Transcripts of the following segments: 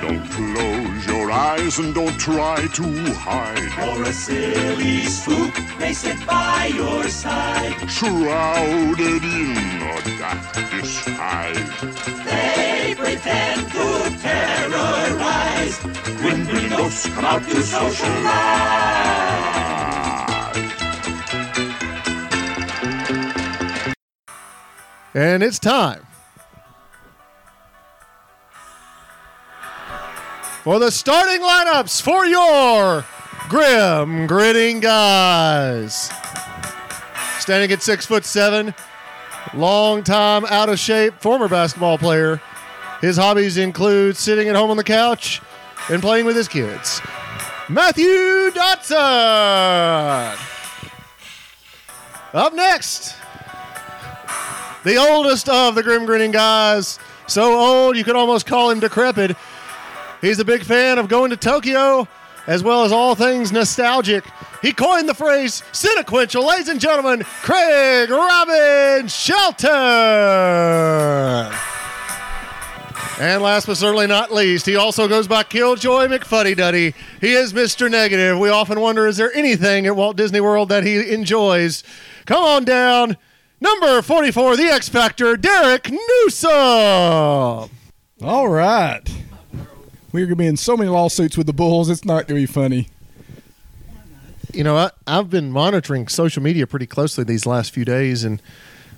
Don't close your eyes and don't try to hide. Or a silly spook may sit by your side. Shrouded in a dark disguise. They pretend to terrorize. Grim, grim ghosts come out to socialize. And it's time for the starting lineups for your grim gritting guys. Standing at six foot seven, long time out of shape, former basketball player. His hobbies include sitting at home on the couch and playing with his kids. Matthew Dotson. Up next, the oldest of the grim grinning guys. So old you could almost call him decrepit. He's a big fan of going to Tokyo as well as all things nostalgic. He coined the phrase cinequential. Ladies and gentlemen, Craig Robin Shelton. And last but certainly not least, he also goes by Killjoy McFuddy Duddy. He is Mr. Negative. We often wonder is there anything at Walt Disney World that he enjoys? Come on down. Number 44, the X Factor, Derek Newsom. All right. We're going to be in so many lawsuits with the Bulls, it's not going to be funny. You know, I, I've been monitoring social media pretty closely these last few days, and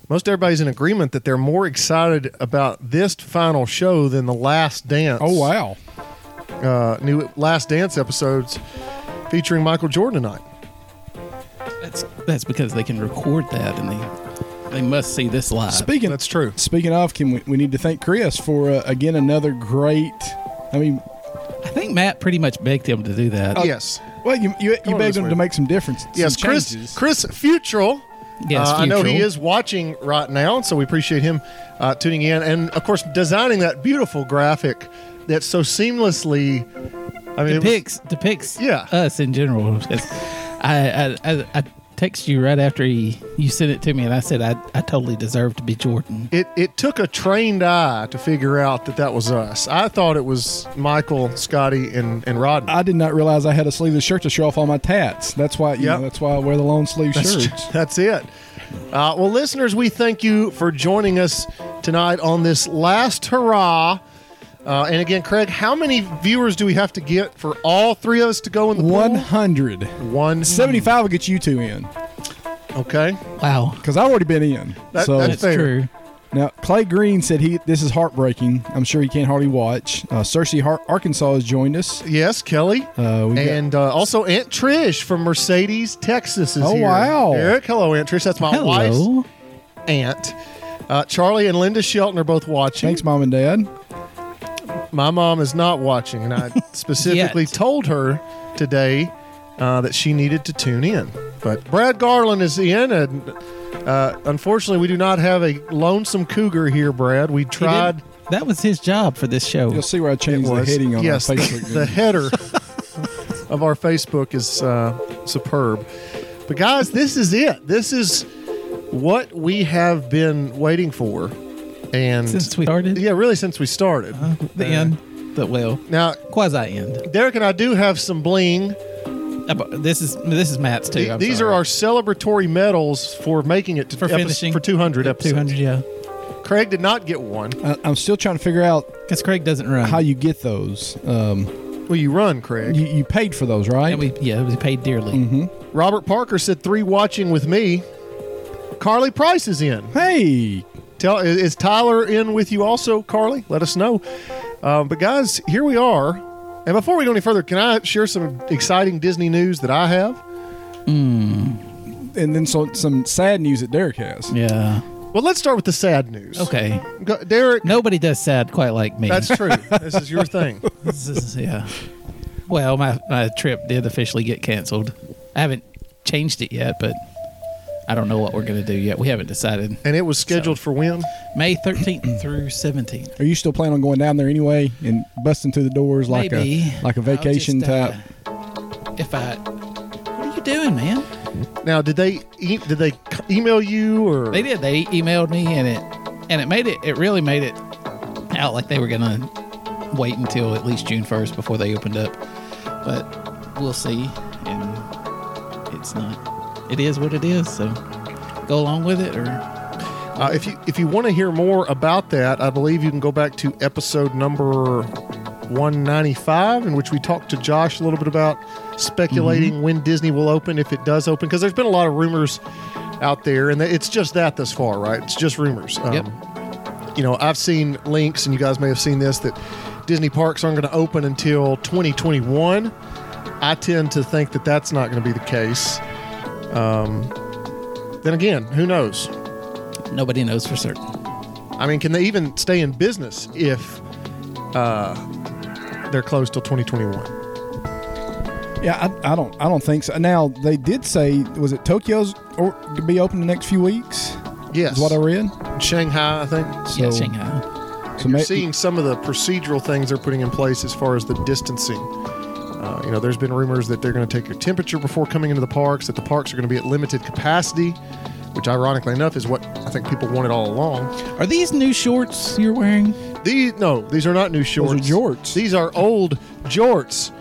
most everybody's in agreement that they're more excited about this final show than the Last Dance. Oh, wow. Uh, new Last Dance episodes featuring Michael Jordan tonight. That's that's because they can record that and they they must see this live. Uh, Speaking That's true. Speaking of, can we, we need to thank Chris for uh, again another great. I mean, I think Matt pretty much begged him to do Uh, that. yes. well, you you, you on begged this him way. to make some difference. Yes, some Chris, changes. Chris Futrell. Yes, Uh, I know he Futrell. is watching right now, so we appreciate him uh, tuning in. And of course, designing that beautiful graphic that so seamlessly. I mean, it was- depicts depicts Yeah. us in general. 'Cause I, I I I text you right after he, you sent it to me, and I said I, I totally deserve to be Jordan. it, it took a trained eye to figure out that that was us. I thought it was Michael, Scotty, and, and Rodney. I did not realize I had a sleeveless shirt to show off all my tats. That's why, you Yep. know, that's why I wear the long sleeve That's, shirts. that's it. Uh, well, listeners, we thank you for joining us tonight on this last hurrah. Uh, and again, Craig, how many viewers do we have to get for all three of us to go in the One pool? hundred. One Seventy-five will get you two in Okay, Wow, because I've already been in. That- so that's- that's Fair. true. now Clay Green said he this is heartbreaking. I'm sure he can't hardly watch. Uh, Cersei Har- Arkansas has joined us. yes, Kelly, Uh, we got- and uh, also Aunt Trish from Mercedes, Texas is Oh, here. wow. Eric, hello, Aunt Trish. That's my wife's Hello. aunt. Uh, Charlie and Linda Shelton are both watching. Thanks, mom and dad. My mom is not watching, and I specifically Yet. told her today uh, that she needed to tune in. But Brad Garland is in, and uh, unfortunately, we do not have a lonesome cougar here, Brad. We He didn't- tried. That was his job for this show. You'll see where I It changed the was- heading on yes, my the- Facebook. The header of our Facebook is uh, superb. But guys, this is it. This is what we have been waiting for, and Since we started? uh, yeah, really since we started. Uh-huh. the end. The well, Now, quasi end. Derek and I do have some bling. About- This is this is Matt's too. The- I'm these sorry. are our celebratory medals for making it to for epi- finishing for 200 episodes. Two hundred, yeah. Craig did not get one. I, I'm still trying to figure out Because Craig doesn't run. how you get those. Um, Well, you run, Craig. you, you paid for those, right? And we yeah, we paid dearly. Mm-hmm. Robert Parker said three watching with me. Carly Price is in. hey, Tell i- is Tyler in with you also, Carly? Let us know. Um, but guys, here we are. And before we go any further, can I share some exciting Disney news that I have? and then so, some sad news that Derek has. Yeah. Well, let's start with the sad news. Okay. Go- Derek, Nobody does sad quite like me. that's true. this is your thing. This is- yeah. Well, my, my trip did officially get canceled. I haven't changed it yet, but I don't know what we're going to do yet. We haven't decided. And it was scheduled for when? May 13th through 17th. Are you still planning on going down there anyway and busting through the doors like Maybe. a like a vacation I'll just, type? uh, if I. What are you doing, man? Now, did they e- did they c- email you or They did. They emailed me and it and it made it it really made it out like they were gonna wait until at least June 1st before they opened up. But we'll see. And it's not, it is what it is. So go along with it or Uh, if you if you want to hear more about that, I believe you can go back to episode number 195, in which we talked to Josh a little bit about speculating when Disney will open, if it does open, because there's been a lot of rumors out there, and it's just that this far, right? It's just rumors. Um, Yep. You know, I've seen links, and you guys may have seen this that Disney parks aren't going to open until 2021. I tend to think that that's not going to be the case. Um, then again, who knows? nobody knows for certain. I mean, can they even stay in business if uh, they're closed till 2021? Yeah, I, I don't I don't think so. Now they did say was it Tokyo's or to be open the next few weeks? Yes. Is what I read. Shanghai, I think. So, yeah, Shanghai. so You're may- seeing some of the procedural things they're putting in place as far as the distancing. Uh, you know, there's been rumors that they're going to take your temperature before coming into the parks, that the parks are going to be at limited capacity, which, ironically enough, is what I think people wanted all along. Are these new shorts you're wearing? These, no, these are not new shorts. are jorts. These are old jorts.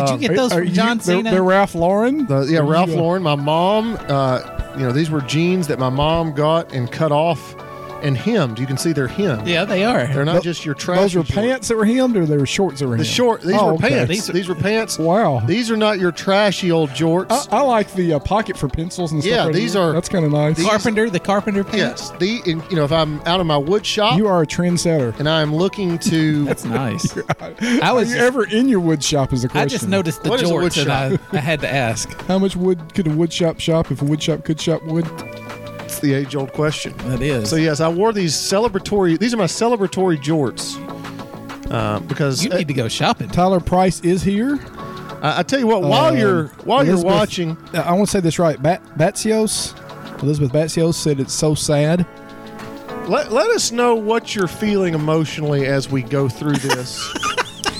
Did you get those Uh, Are from you- John they're- Cena? They're, Ralph Lauren. The, yeah, Are you, Ralph uh, Lauren. My mom, uh, you know, these were jeans that my mom got and cut off and hemmed. You can see they're hemmed. yeah, they are. They're not Tho- just your trash. Those were pants that were hemmed, or they were shorts that were The hemmed? short. These Oh, were okay. pants. These These are, are- pants. Wow. These are not your trashy old jorts. I, I like the uh, pocket for pencils and stuff. Yeah, right these there. are- That's kind of nice. these- Carpenter, the Carpenter pants. yes. The in, you know if I'm out of my wood shop you are a trendsetter. and I'm looking to That's nice. I was. Are you ever in your wood shop? Is the I question. just noticed the What is a wood jorts, and I, I had to ask. How much wood could a wood shop shop if a wood shop could shop wood? it's the age old question. That is. So yes, I wore these celebratory. These are my celebratory jorts. Uh, because you need to go shopping. Tyler Price is here. I, I tell you what, while Um, you're while Elizabeth- you're watching, Uh, I want to say this right. Bat- Batsios, Elizabeth Batsios said it's so sad. Let, let us know what you're feeling emotionally as we go through this.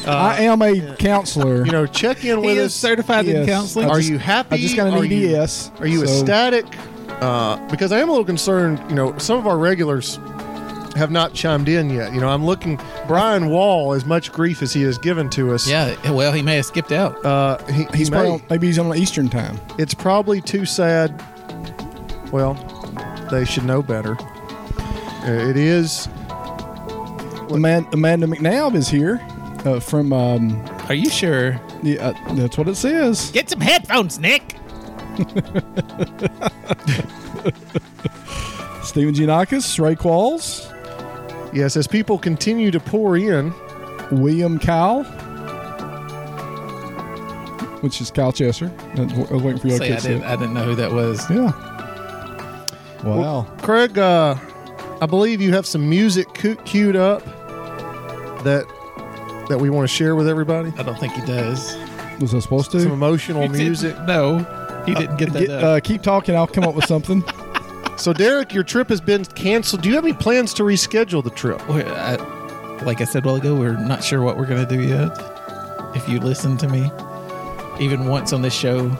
I am a counselor. Uh, you know, check in with He us. is certified Yes. in counseling. are I just- you happy? I just got an are you- EDS, are you so- ecstatic? Uh, because I am a little concerned. You know, some of our regulars have not chimed in yet. You know, I'm looking. Brian Wall, as much grief as he has given to us, Yeah. Well, he may have skipped out. uh, he, he he's may. probably on, maybe he's on Eastern time. It's probably too sad. Well, they should know better. Uh, It is. Amanda, Amanda McNabb is here uh, from. Um, Are you sure? the, uh, that's what it says. Get some headphones, Nick. Stephen Giannakis, Ray Qualls, Yes, as people continue to pour in. William Kyle, which is Kyle Chesser. I was- I was waiting for you Say, I, to say didn't, it. I didn't know who that was. Yeah. Wow. Craig, uh, I believe you have some music cu- queued up that that we want to share with everybody. I don't think he does. Was I supposed Some to? emotional He didn't- music. No, he didn't get that. Get, up. uh, keep talking. I'll come up with something. So, Derek, your trip has been canceled. Do you have any plans to reschedule the trip? We're- I- like I said a while ago, we're not sure what we're gonna do yet. If you listen to me, even once on this show,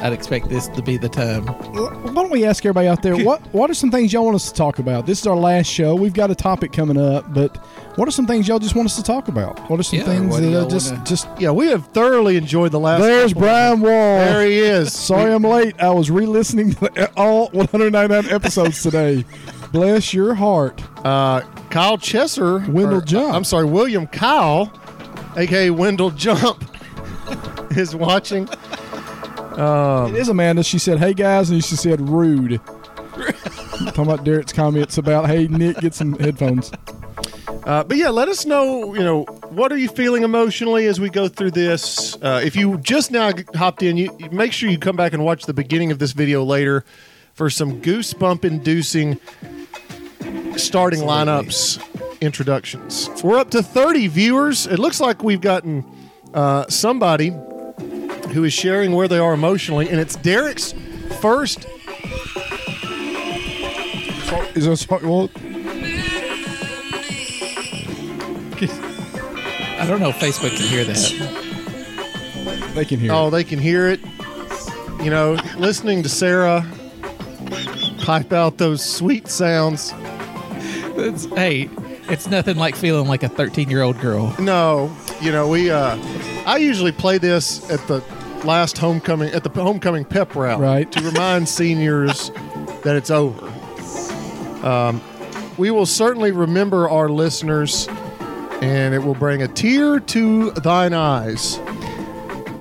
I'd expect this to be the time. why don't we ask everybody out there what what are some things y'all want us to talk about? This is our last show. We've got a topic coming up, but what are some things y'all just want us to talk about? What are some Yeah, things what do that uh, y'all just wanna- just Yeah, we have thoroughly enjoyed the last. There's couple of- Brian Wall. There he is. Sorry I'm late. I was re-listening to all 199 episodes today. Bless your heart. Uh, Kyle Chesser, Wendell or, Jump. I'm sorry, William Kyle, aka Wendell Jump, is watching. It is Amanda. She said, "Hey guys," and she said, "Rude." Talking about Derek's comments about, "Hey Nick, get some headphones." Uh, but yeah, let us know. You know, what are you feeling emotionally as we go through this? Uh, if you just now g- hopped in, you you- make sure you come back and watch the beginning of this video later for some goosebump-inducing starting lineups introductions. We're up to 30 viewers. It looks like we've gotten uh, somebody who is sharing where they are emotionally, and it's Derek's first. Is there a spot- well, I don't know if Facebook can hear that. they can hear. Oh, they can hear it. You know, listening to Sarah pipe out those sweet sounds. That's, hey, It's nothing like feeling like a 13 year old girl. No, you know we. Uh, I usually play this at the last homecoming at the homecoming pep rally Right. to remind seniors that it's over. Um, we will certainly remember our listeners, and it will bring a tear to thine eyes.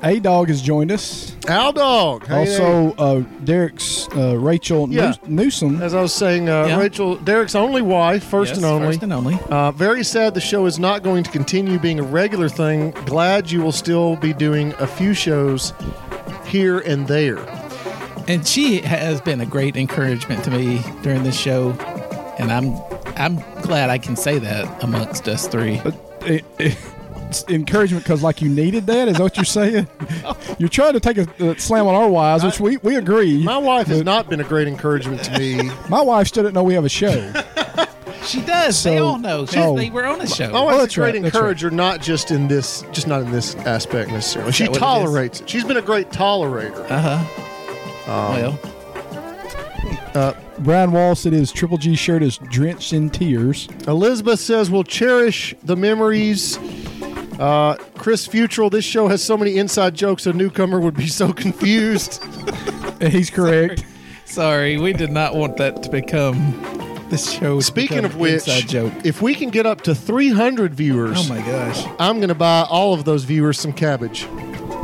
A Dog has joined us. Al dog. hey there. also, uh, Derek's uh, Rachel Yeah. News- Newsom. as I was saying, uh, Yeah. Rachel Derek's only wife, first Yes, and only. First and only. Uh, very sad the show is not going to continue being a regular thing. Glad you will still be doing a few shows here and there. And she has been a great encouragement to me during this show, and I'm I'm glad I can say that amongst us three. It- it's encouragement because like you needed that is that what you're saying you're trying to take a, a slam on our wives which we, we agree My wife has not been a great encouragement to me. my wife still didn't know we have a show She does. they So- all know. She, oh. they were on a show. My wife's that's a great right, that's right. encourager, not just in this, just not in this aspect necessarily. She that what it is? tolerates it, She's been a great tolerator. Uh huh. well, brian wall said his triple g shirt is drenched in tears Elizabeth says we'll cherish the memories. Uh, Chris Futrell, this show has so many inside jokes a newcomer would be so confused. And he's correct sorry, we did not want that to become the show. to Speaking become of an which, inside joke. if we can get up to 300 viewers, Oh my gosh, I'm going to buy all of those viewers some cabbage.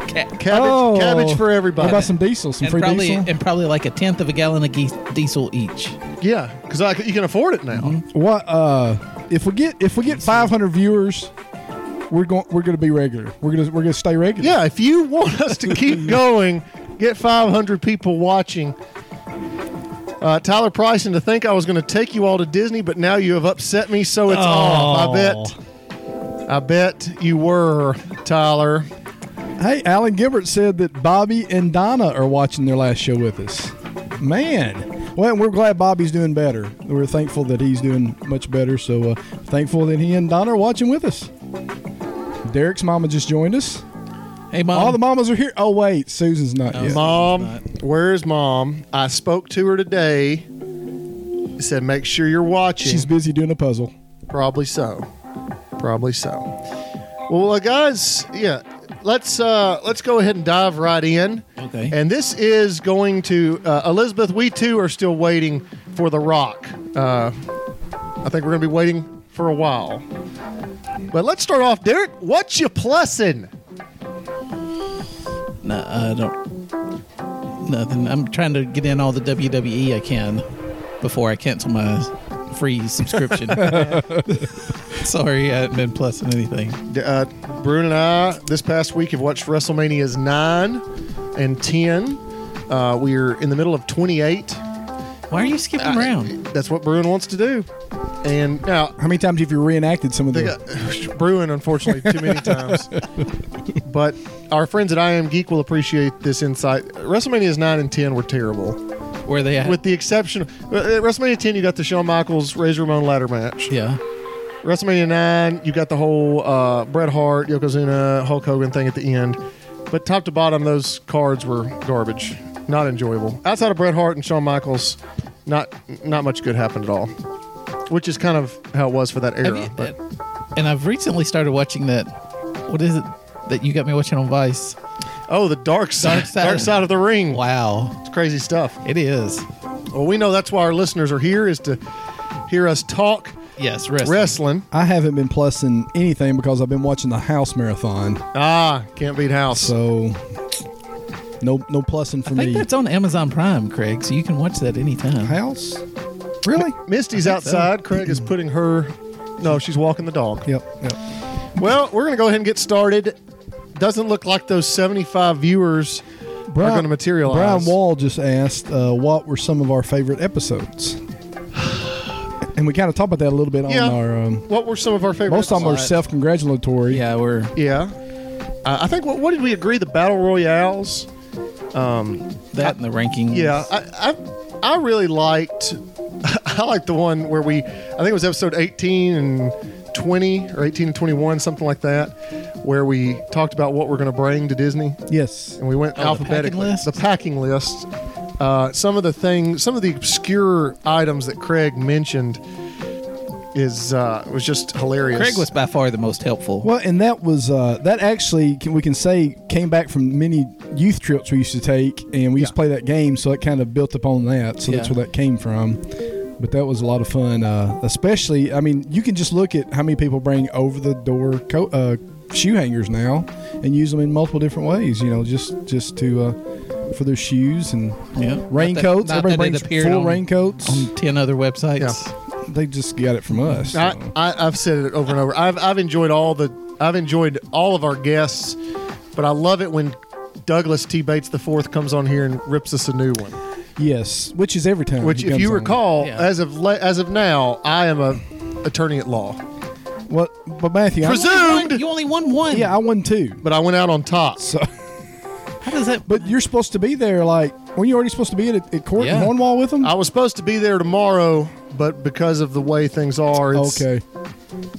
Cat. Cabbage, cabbage for everybody. what Oh. about some diesel some And free probably diesel and probably like a tenth of a gallon of ge- diesel each. yeah, because you can afford it now. what uh if we get if we get 500 viewers we're going we're going to be regular we're going to we're going to stay regular Yeah, if you want us to keep going, get 500 people watching. Uh, Tyler Price, and to think I was going to take you all to Disney, but now you have upset me, so Oh. it's off. I bet. I bet you were, Tyler. Hey, Alan Gilbert said that Bobby and Donna are watching their last show with us. Man. Well, we're glad Bobby's doing better. We're thankful that he's doing much better. So uh, thankful that he and Donna are watching with us. Derek's mama just joined us. Hey, mom. All the mamas are here. Oh, wait. Susan's not yet. Mom, not. where's mom? I spoke to her today. Said, make sure you're watching. She's busy doing a puzzle. Probably so. Probably so. Well, uh, guys, yeah, let's uh, let's go ahead and dive right in. Okay. And this is going to uh, Elizabeth. We too are still waiting for The Rock. Uh, I think we're going to be waiting for a while. But let's start off, Derek. What you plussing? No, I don't. Nothing. I'm trying to get in all the WWE I can before I cancel my free subscription. Sorry, I haven't been plussing anything. D- Uh, Bruin and I this past week have watched WrestleManias nine and ten. Uh, we're in the middle of twenty eight. Why are you skipping around? That's what Bruin wants to do. And now, How many times have you reenacted some of they the. got Bruin, unfortunately, too many times. But our friends at I Am Geek will appreciate this insight. WrestleMania's 9 and 10 were terrible. Where they at? With the exception of uh, at WrestleMania 10, you got the Shawn Michaels Razor Ramon ladder match. yeah. WrestleMania 9, you got the whole uh, Bret Hart, Yokozuna, Hulk Hogan thing at the end. But top to bottom, those cards were garbage. Not enjoyable. Outside of Bret Hart and Shawn Michaels, not not much good happened at all. Which is kind of how it was for that Have era. you- but and I've recently started watching that. What is it that you got me watching on Vice? oh, the dark side, dark Dark side, side. of the ring. Wow, It's crazy stuff. it is. Well, we know that's why our listeners are here is to hear us talk Yes, wrestling. wrestling. I haven't been plussing anything because I've been watching the house marathon. Ah, can't beat house. So. No, no plussing for I think me. that's on Amazon Prime, Craig. So you can watch that anytime. house? Really? Misty's outside. Craig is putting her. No, she's walking the dog. Yep. Yep. Well, we're going to go ahead and get started. Doesn't look like those 75 viewers are going to materialize. Brian Wall just asked, uh, "What were some of our favorite episodes?" And we kind of talked about that a little bit Yeah. on our. Um, What were some of our favorite? most of them are episodes? self-congratulatory. Yeah, we're Yeah. Uh, I think, what, what did we agree? The Battle Royales? that in the rankings. Yeah, I, I I really liked I liked the one where we I think it was episode 18 and 20 or 18 and 21 something like that where we talked about what we're going to bring to Disney Yes. and we went Oh, packing alphabetically list? the packing list. Uh, some of the things, some of the obscure items that Craig mentioned is uh, was just hilarious. Craig was by far the most helpful. Well, and that was uh, that actually can, we can say came back from many youth trips we used to take, and we used to play that game, so it kind of built upon that. So that's Yeah. where that came from. But that was a lot of fun, uh, especially. I mean, you can just look at how many people bring over the door co- uh, shoe hangers now, and use them in multiple different ways. You know, just just to uh, for their shoes and Yeah. Not raincoats. that- not Everybody that it brings appeared full on- raincoats. on ten other websites. they just got it from us. I, so. I, I've said it over and over. I've, I've enjoyed all the I've enjoyed all of our guests, but I love it when Douglas T Bates the fourth comes on here and rips us a new one. yes, which is every time. Which, he if comes you on. recall, Yeah. as of le- as of now, I am a attorney at law, well, but Matthew, I, Presu- You only Zoomed. won- You only won one. yeah, I won two. but I went out on top. How does that? But you're supposed to be there, like, weren't you already supposed to be at, at court in Yeah. Cornwall with them? I was supposed to be there tomorrow, but because of the way things are, it's, okay.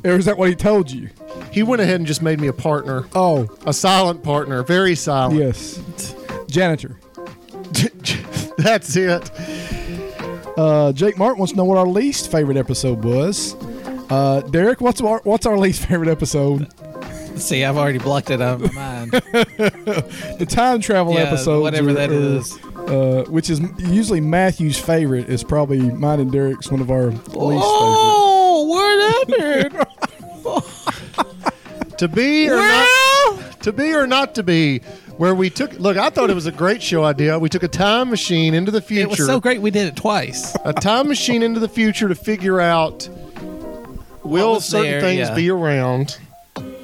Or is that what he told you? He went ahead and just made me a partner, Oh, a silent partner, very silent. yes. Janitor. That's it. Uh, Jake Martin wants to know what our least favorite episode was. Uh, Derek, what's our, what's our least favorite episode? See, I've already blocked it out of my mind. The time travel Yeah, episode, whatever that is. uh, which is usually Matthew's favorite, is probably mine and Derek's one of our least oh, what happened? To be or not to be or not to be, where we took look, I thought it was a great show idea. We took a time machine into the future. it was so great. We did it twice. A time machine into the future to figure out will was certain there, things yeah. be around.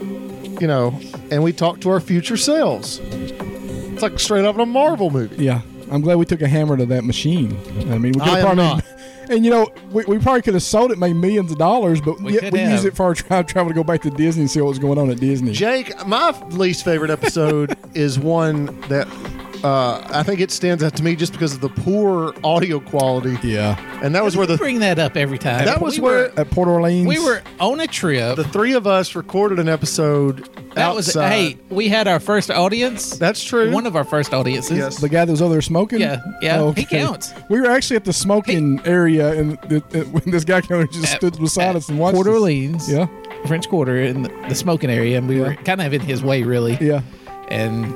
You know, and we talk to our future selves. It's like straight out of a Marvel movie. Yeah, I'm glad we took a hammer to that machine. I mean, we could I am have probably, not. and you know, we, we probably could have sold it, made millions of dollars, but We yet could we have. used it for our time travel to go back to Disney and see what was going on at Disney. Jake, my least favorite episode is one that uh, I think it stands out to me just because of the poor audio quality. yeah, And that was where the Bring that up every time. that was We where were- at Port Orleans, we were on a trip. the three of us recorded an episode That was outside. hey, we had our first audience. That's true. One of our first audiences. Yes. The guy that was over there smoking. Yeah, yeah, he counts. We were actually at the smoking area, and the, the, when this guy came over, and just At- stood beside at us and watched. Port us. Orleans. Yeah, French Quarter in the, the smoking area, and we were kind of in his way, really. yeah. And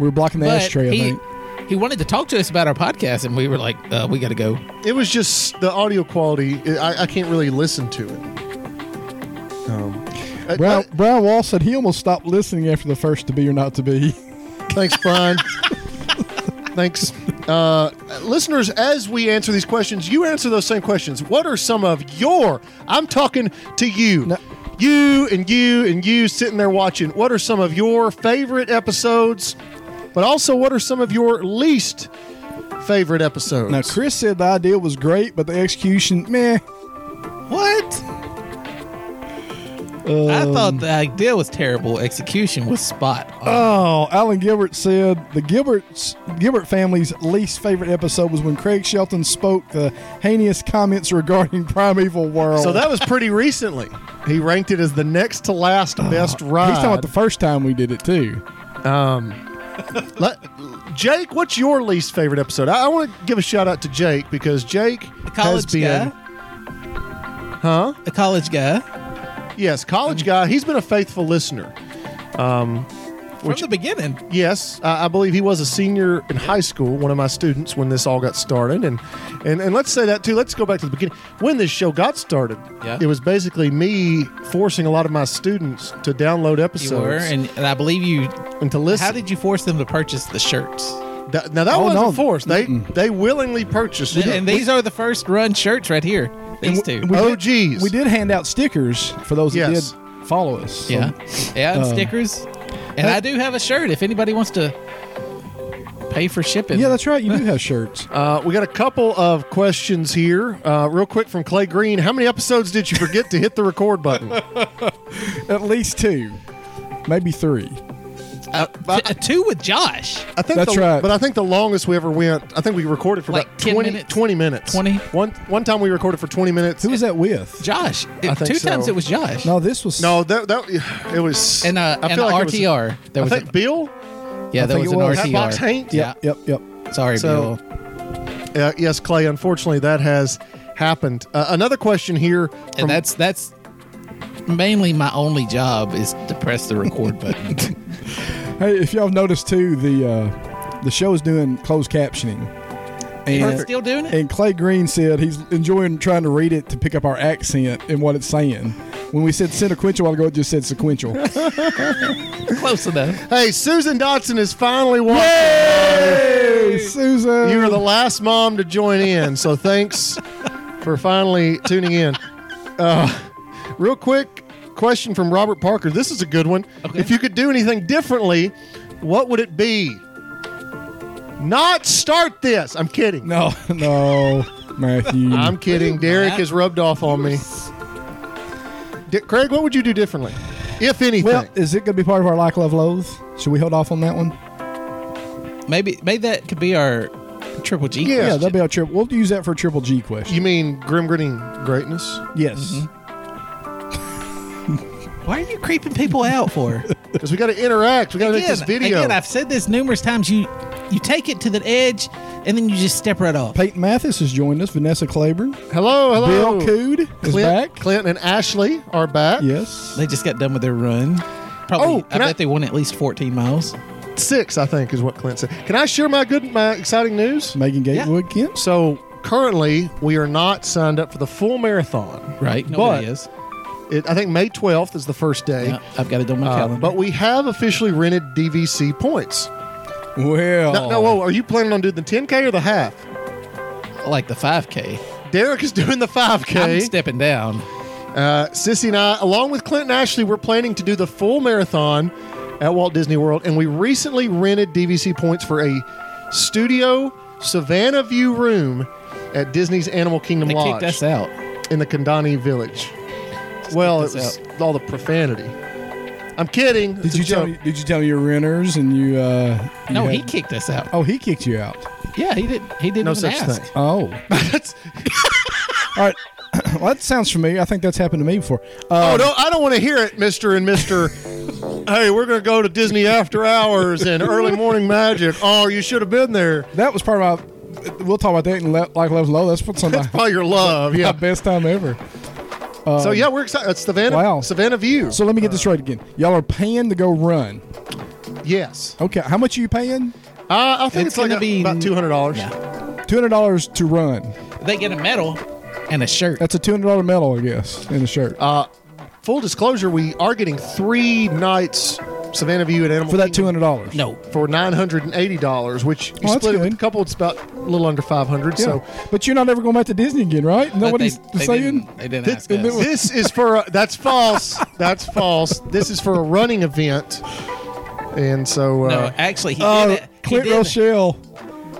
We were blocking the but ashtray. I he think. he wanted to talk to us about our podcast, and we were like, uh, "We got to go." It was just the audio quality. I, I can't really listen to it. Um, uh, Brown, uh, Brown Wall said he almost stopped listening after the first to be or not to be. thanks, Brian. thanks, uh, listeners. As we answer these questions, you answer those same questions. What are some of your? I'm talking to you. No. You and you and you sitting there watching. What are some of your favorite episodes? But also, what are some of your least favorite episodes? Now, Chris said the idea was great, but the execution, meh. What? I Um, thought the idea was terrible. Execution was spot on. Uh, Oh, Alan Gilbert said the Gilberts, Gilbert family's least favorite episode was when Craig Shelton spoke the heinous comments regarding Primeval World. So that was pretty recently. He ranked it as the next to last best ride. Oh. He's talking about the first time we did it too. Let- Jake, what's your least favorite episode? I, want to give a shout out to Jake because Jake a has college been, guy, huh? a college guy Yes, college guy. He's been a faithful listener. from the beginning. Yes, I, I believe he was a senior in high school, one of my students when this all got started, and and and let's say that too. Let's go back to the beginning. When this show got started, Yeah. it was basically me forcing a lot of my students to download You episodes were, and, and I believe you. and to listen. How did you force them to purchase the shirts? That- now that Oh, wasn't no. forced. They they willingly purchased it. and these are the first run shirts right here. These two. We Oh, did- geez. We did hand out stickers for those Yes. that did follow us. So yeah, yeah, and um, stickers. And I do have a shirt. If anybody wants to pay for shipping, Yeah, that's right. You do have shirts. Uh, we got a couple of questions here, uh, real quick from Clay Green. How many episodes did you forget to hit the record button? At least two, maybe three. Uh, T- a two with Josh. I think That's the, right. But I think the longest we ever went, I think we recorded for Like about 10 20 minutes? 20 minutes. 20? One one time we recorded for twenty minutes. Who was that with? Josh. It- think two so. times it was Josh. No, this was No, that that it was. And, uh, I and feel like it was- RTR. There was I think a- Bill. yeah, there think was it an was. RTR. Hotbox Hank? Yeah. Yep, yep. Sorry, So- Bill. Uh, yes, Clay. Unfortunately, that has happened. Uh, another question here. And that's that's mainly my only job is to press the record button. Hey, if y'all have noticed too, the uh, the show is doing closed captioning. Is it still doing it? And Clay Green said he's enjoying trying to read it to pick up our accent and what it's saying. When we said sequential a while ago, it just said sequential. Close enough. Hey, Susan Dotson is finally watching. hey, Susan. You were the last mom to join in, so thanks for finally tuning in. Uh, real quick question from Robert Parker. This is a good one. Okay. If you could do anything differently, what would it be? Not start this. I'm kidding. no, no, Matthew. I'm kidding. Derek has rubbed off on me. D- Craig, what would you do differently, if anything? well, is it going to be part of our like, love, loathe? Should we hold off on that one? Maybe maybe that could be our triple G. Yeah, Yeah, question. that'll be our trip. We'll use that for a triple G question. you mean grim grinning greatness? Yes. Mm-hmm. Why are you creeping people out for? Because we got to interact. We got to make this video. again, I've said this numerous times. You you take it to the edge, and then you just step right off. Peyton Mathis has joined us. Vanessa Claiborne. hello, hello. Bill Cood is Clint, back. Clint and Ashley are back. Yes. They just got done with their run. Probably, Oh, I, can I- bet they won at least 14 miles. Six, I think, is what Clint said. Can I share my good, my exciting news? Megan Yeah. Gatewood Kent. So currently, we are not signed up for the full marathon. Right? But- Nobody is. It, I think May 12th is the first day. Yeah, I've got it on my Uh, calendar. but we have officially rented DVC points. Well, No, Oh. no, whoa, are you planning on doing the 10K or the half? like the 5K. Derek is doing the 5K. I'm stepping down. Uh, Sissy and I, along with Clint and Ashley, we're planning to do the full marathon at Walt Disney World, and we recently rented DVC points for a studio Savannah View room at Disney's Animal Kingdom They Lodge kicked us out. in the Kandani Village. well, it kicked us was all the profanity. I'm kidding. Did you tell? Me, did you tell your renters and you? Uh, you No, had- he kicked us out. Oh, he kicked you out. Yeah, he did. He didn't No even such ask. thing. Oh, all right. well, that sounds familiar. I think that's happened to me before. Uh, Oh no, I don't want to hear it, Mister and Mister. hey, we're gonna go to Disney After Hours and Early Morning Magic. Oh, you should have been there. That was part of. My, we'll talk about that in le- like love low. That's what some of That's probably your love. my Yeah. best time ever. so yeah, we're excited. It's Savannah. Um, Wow. Savannah View. So let me get this right again. Y'all are paying to go run. Yes. Okay, how much are you paying? Uh, I think it's, It's like gonna a- be- about two hundred dollars. Yeah. Two hundred dollars to run. They get a medal and a shirt. That's a two hundred dollar medal, I guess, in a shirt Uh, Full disclosure: we are getting three nights Savannah View at Animal for that two Kingdom hundred dollars. no. for nine hundred and eighty dollars, which you Oh, that's split it with a good. couple. It's about a little under five hundred. Yeah. So but you're not ever going back to Disney again, right? but Nobody's they saying. Didn't, they didn't Did- ask and us. it was- this is for a, that's false. That's false. This is for a running event, and so uh, no, actually, he Oh, did. He Clint did- Rochelle.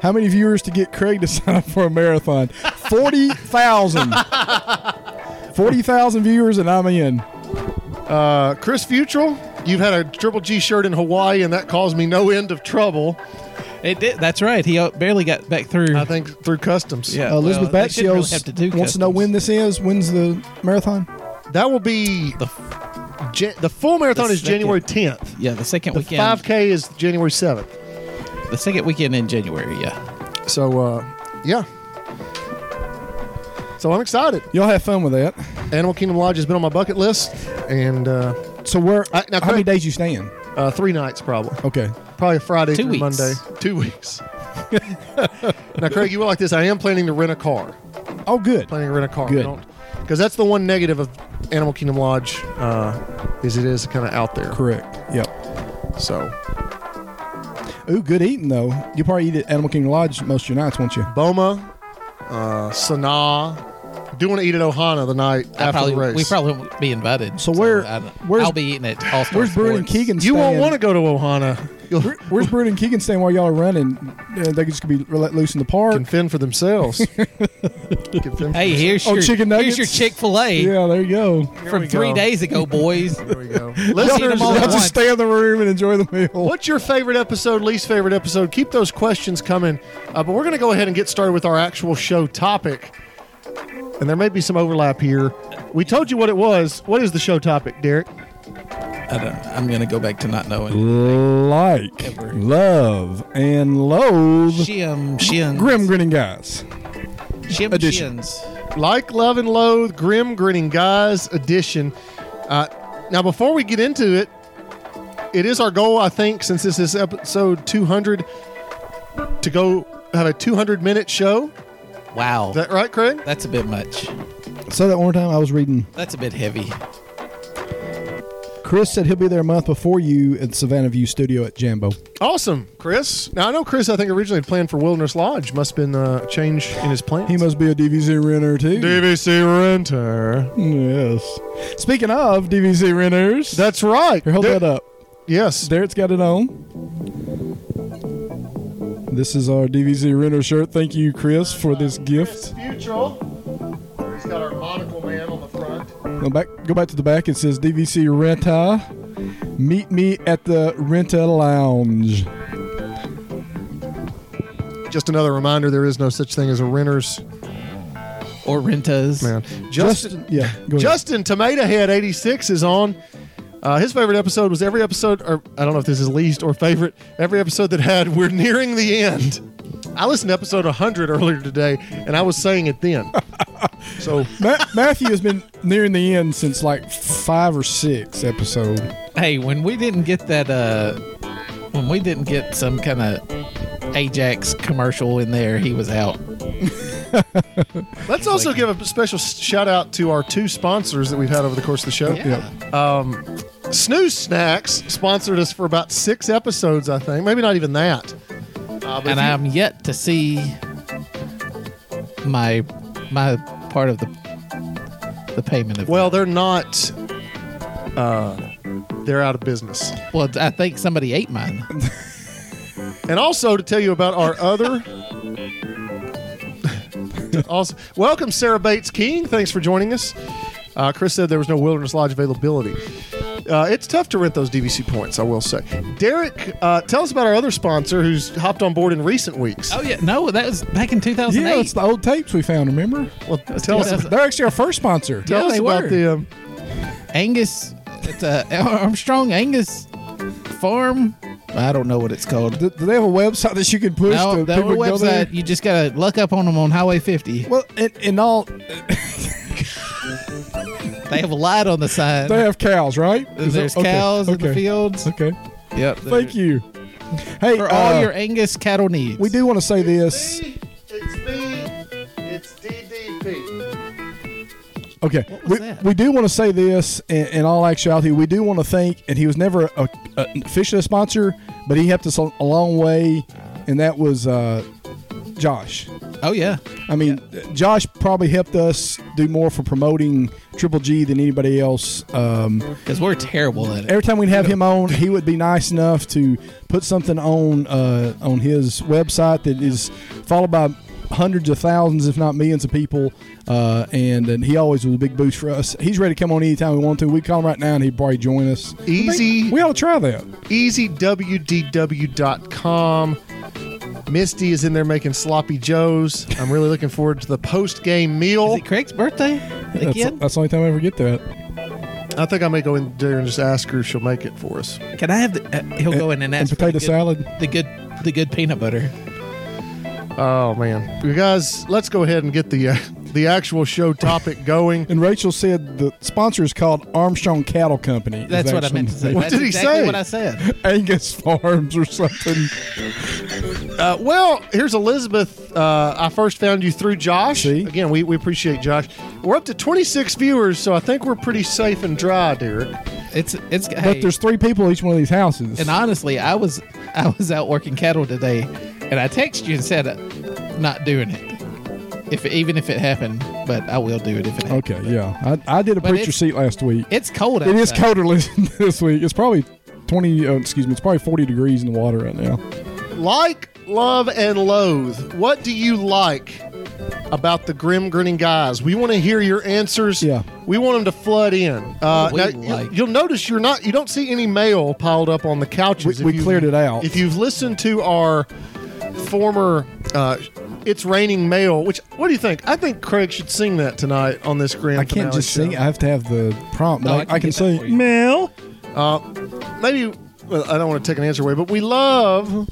How many viewers to get Craig to sign up for a marathon? 40,000. 40,000 viewers, and I'm in. Uh, Chris Futrell, you've had a Triple G shirt in Hawaii, and that caused me no end of trouble. It did. That's right. He uh, barely got back through. I think through customs. Yeah. Uh, Elizabeth well, they Batchios shouldn't really have to do wants to know customs. when this is. When's the marathon? that will be The, Jan- the full marathon The is January tenth. yeah, the second The weekend. five k is January seventh. The second weekend in January. Yeah. So uh, yeah. So I'm excited. Y'all have fun with that. Animal Kingdom Lodge has been on my bucket list, and uh, So where? I- now, how many Craig- days you staying? uh, three nights probably, Okay. probably Friday Two through weeks. Monday, two weeks. now, Craig, you will like this. I am planning to rent a car. Oh, good. planning to rent a car. Good. Because that's the one negative of Animal Kingdom Lodge uh, is it is kind of out there. Correct. Yep. So Ooh, good eating though. You probably eat at Animal Kingdom Lodge most of your nights, won't you? Boma, uh, Sanaa, do want to eat at Ohana the night I after probably the race. we probably won't be invited. So where- I don't- where's- I'll be eating at All Star. Where's Bruin and Keegan? you won't staying? want to go to Ohana. You'll Where's Bruin and Keegan staying while y'all are running? Uh, they could just be let loose in the park. can fend for themselves. Can fend Hey, here's Oh, your chicken nuggets? Here's your Chick Fil A Yeah, there you go. from three go. days ago, boys. for- there we go. Y'all are Listeners, all Y'all what's- one. just stay in the room and enjoy the meal. what's your favorite episode, least favorite episode? Keep those questions coming. Uh, but we're going to go ahead and get started with our actual show topic. And there may be some overlap here. We told you what it was. What is the show topic, Derek? I don't, I'm gonna go back to not knowing. Like, love, and loathe Shim, shins. grim grinning guys. Shim, edition. shins. Like, Love, and Loathe, Grim Grinning Guys edition. Uh, now, before we get into it, it is our goal, I think, since this is episode 200, to go have a 200 minute show. Is Wow. that right, Craig? That's a bit much. Say that one more time. I was reading. That's a bit heavy. Chris said he'll be there a month before you at Savannah View Studio at Jambo. Awesome, Chris. Now, I know Chris, I think, originally planned for Wilderness Lodge. Must have been uh, a change in his plans. He must be a DVC renter too. DVC renter. Yes. Speaking of DVC renters, That's right. here, hold There- that up. Yes. Derek's got it on. This is our DVC renter shirt. Thank you, Chris, for this gift. Futural. He's got our monocle man on the front. Go back, go back to the back. It says DVC Renta. Meet me at the Renta Lounge. Just another reminder there is no such thing as a renter's Or rentas. man. Justin, Justin, yeah, go ahead. Justin Tomato Head 86 is on. Uh, his favorite episode was every episode, or I don't know if this is least or favorite, every episode that had We're Nearing the End. I listened to episode 100 earlier today, and I was saying it then. so Ma- Matthew has been nearing the end since like five or six episode. Hey, when we didn't get that, uh, when we didn't get some kind of Ajax commercial in there, he was out. let's also give a special s- shout out to our two sponsors that we've had over the course of the show. Yeah. Snooze Snacks sponsored us for about six episodes, I think. Maybe not even that. Uh, but if and you- I'm yet to see my my part of the the payment of well, they're not. Uh, they're out of business. well I think somebody ate mine. And also to tell you about our other. also, welcome Sarah Bates King. Thanks for joining us. Uh, Chris said there was no Wilderness Lodge availability. Uh, it's tough to rent those DVC points, I will say. Derek, uh, tell us about our other sponsor who's hopped on board in recent weeks. Oh yeah, no, that was back in Yeah, 2008. it's the old tapes we found. Remember? Well, tell us, They're actually our first sponsor. tell Yeah, us they about were. the. Um, Angus, it's uh, Armstrong Angus Farm. I don't know what it's called. Do, do they have a website that you can push? No, to their people to go there? website. You just gotta look up on them on Highway 50. Well, and, and all They have a light on the sign. they have cows, right? Is that- There's okay, cows in the okay, fields. Okay, Yep. thank you. Hey, for all uh, your Angus cattle needs. we do want to say this. It's me. It's DDP. Okay, was we, that? we do want to say this in, in all actuality. We do want to thank, and he was never a, a, officially a sponsor, but he helped us a, a long way, and that was uh, Josh. Oh yeah. I mean, Josh probably helped us do more for promoting Triple G than anybody else. Um, Because we're terrible at it. every time we'd have him on, he would be nice enough to put something on uh, on his website that is followed by hundreds of thousands, if not millions, of people. Uh, and, and he always was a big boost for us. He's ready to come on anytime we want to. We call him right now, and he'd probably join us. Easy. We ought to try that. EasyWDW.com. Misty is in there making sloppy joes. I'm really looking forward to the post game Is meal. it Craig's birthday That's, again? that's the only time I ever get that. I think I may go in there and just ask her if she'll make it for us. Can I have the? Uh, he'll go in and ask And for potato the good- salad. The good, the good peanut butter. Oh man, you guys, let's go ahead and get the uh, the actual show topic going. And Rachel said the sponsor is called Armstrong Cattle Company. Is That's what I actually meant to say. What That's did he exactly say? What I said. Angus Farms or something. Uh, well, here's Elizabeth. Uh, I first found you through Josh. See? Again, we, we appreciate Josh. We're up to 26 viewers, so I think we're pretty safe and dry, Derek. It's it's. But there's three people in each one of these houses. and honestly, I was I was out working cattle today, and I texted you and said, uh, not doing it. If even if it happened, but I will do it if it happens. Okay, yeah. I, I did a But preacher it's- seat last week. It's cold. It is outside. colder listen, this week. It's probably 20, uh, excuse me, it's probably 40 degrees in the water right now. Like, love, and loathe. What do you like about the grim grinning guys? We want to hear your answers. Yeah. We want them to flood in. Uh, What do now, we you- like? You'll notice you're not. You don't see any mail piled up on the couches. We- we you- cleared it out. If you've listened to our former. Uh, it's raining mail. Which what do you think? I think Craig should sing that tonight on this grand. I can't finale just show. sing. I have to have the prompt, but Oh, I, I I can, can get that say for you. mail. maybe well, I don't want to take an answer away, but we love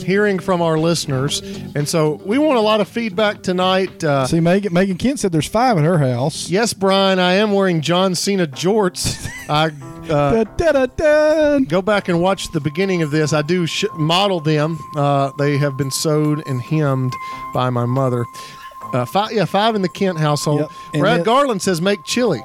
hearing from our listeners, and so we want a lot of feedback tonight. Uh, See, Megan, Megan Kent said there's five in her house. yes, Brian, I am wearing John Cena jorts. I uh, Da, da, da, da. go back and watch the beginning of this. I do sh- model them. Uh, they have been sewed and hemmed by my mother. Uh, five, yeah, five in the Kent household. Yep. And Uh, Brad then- Garland says make chili,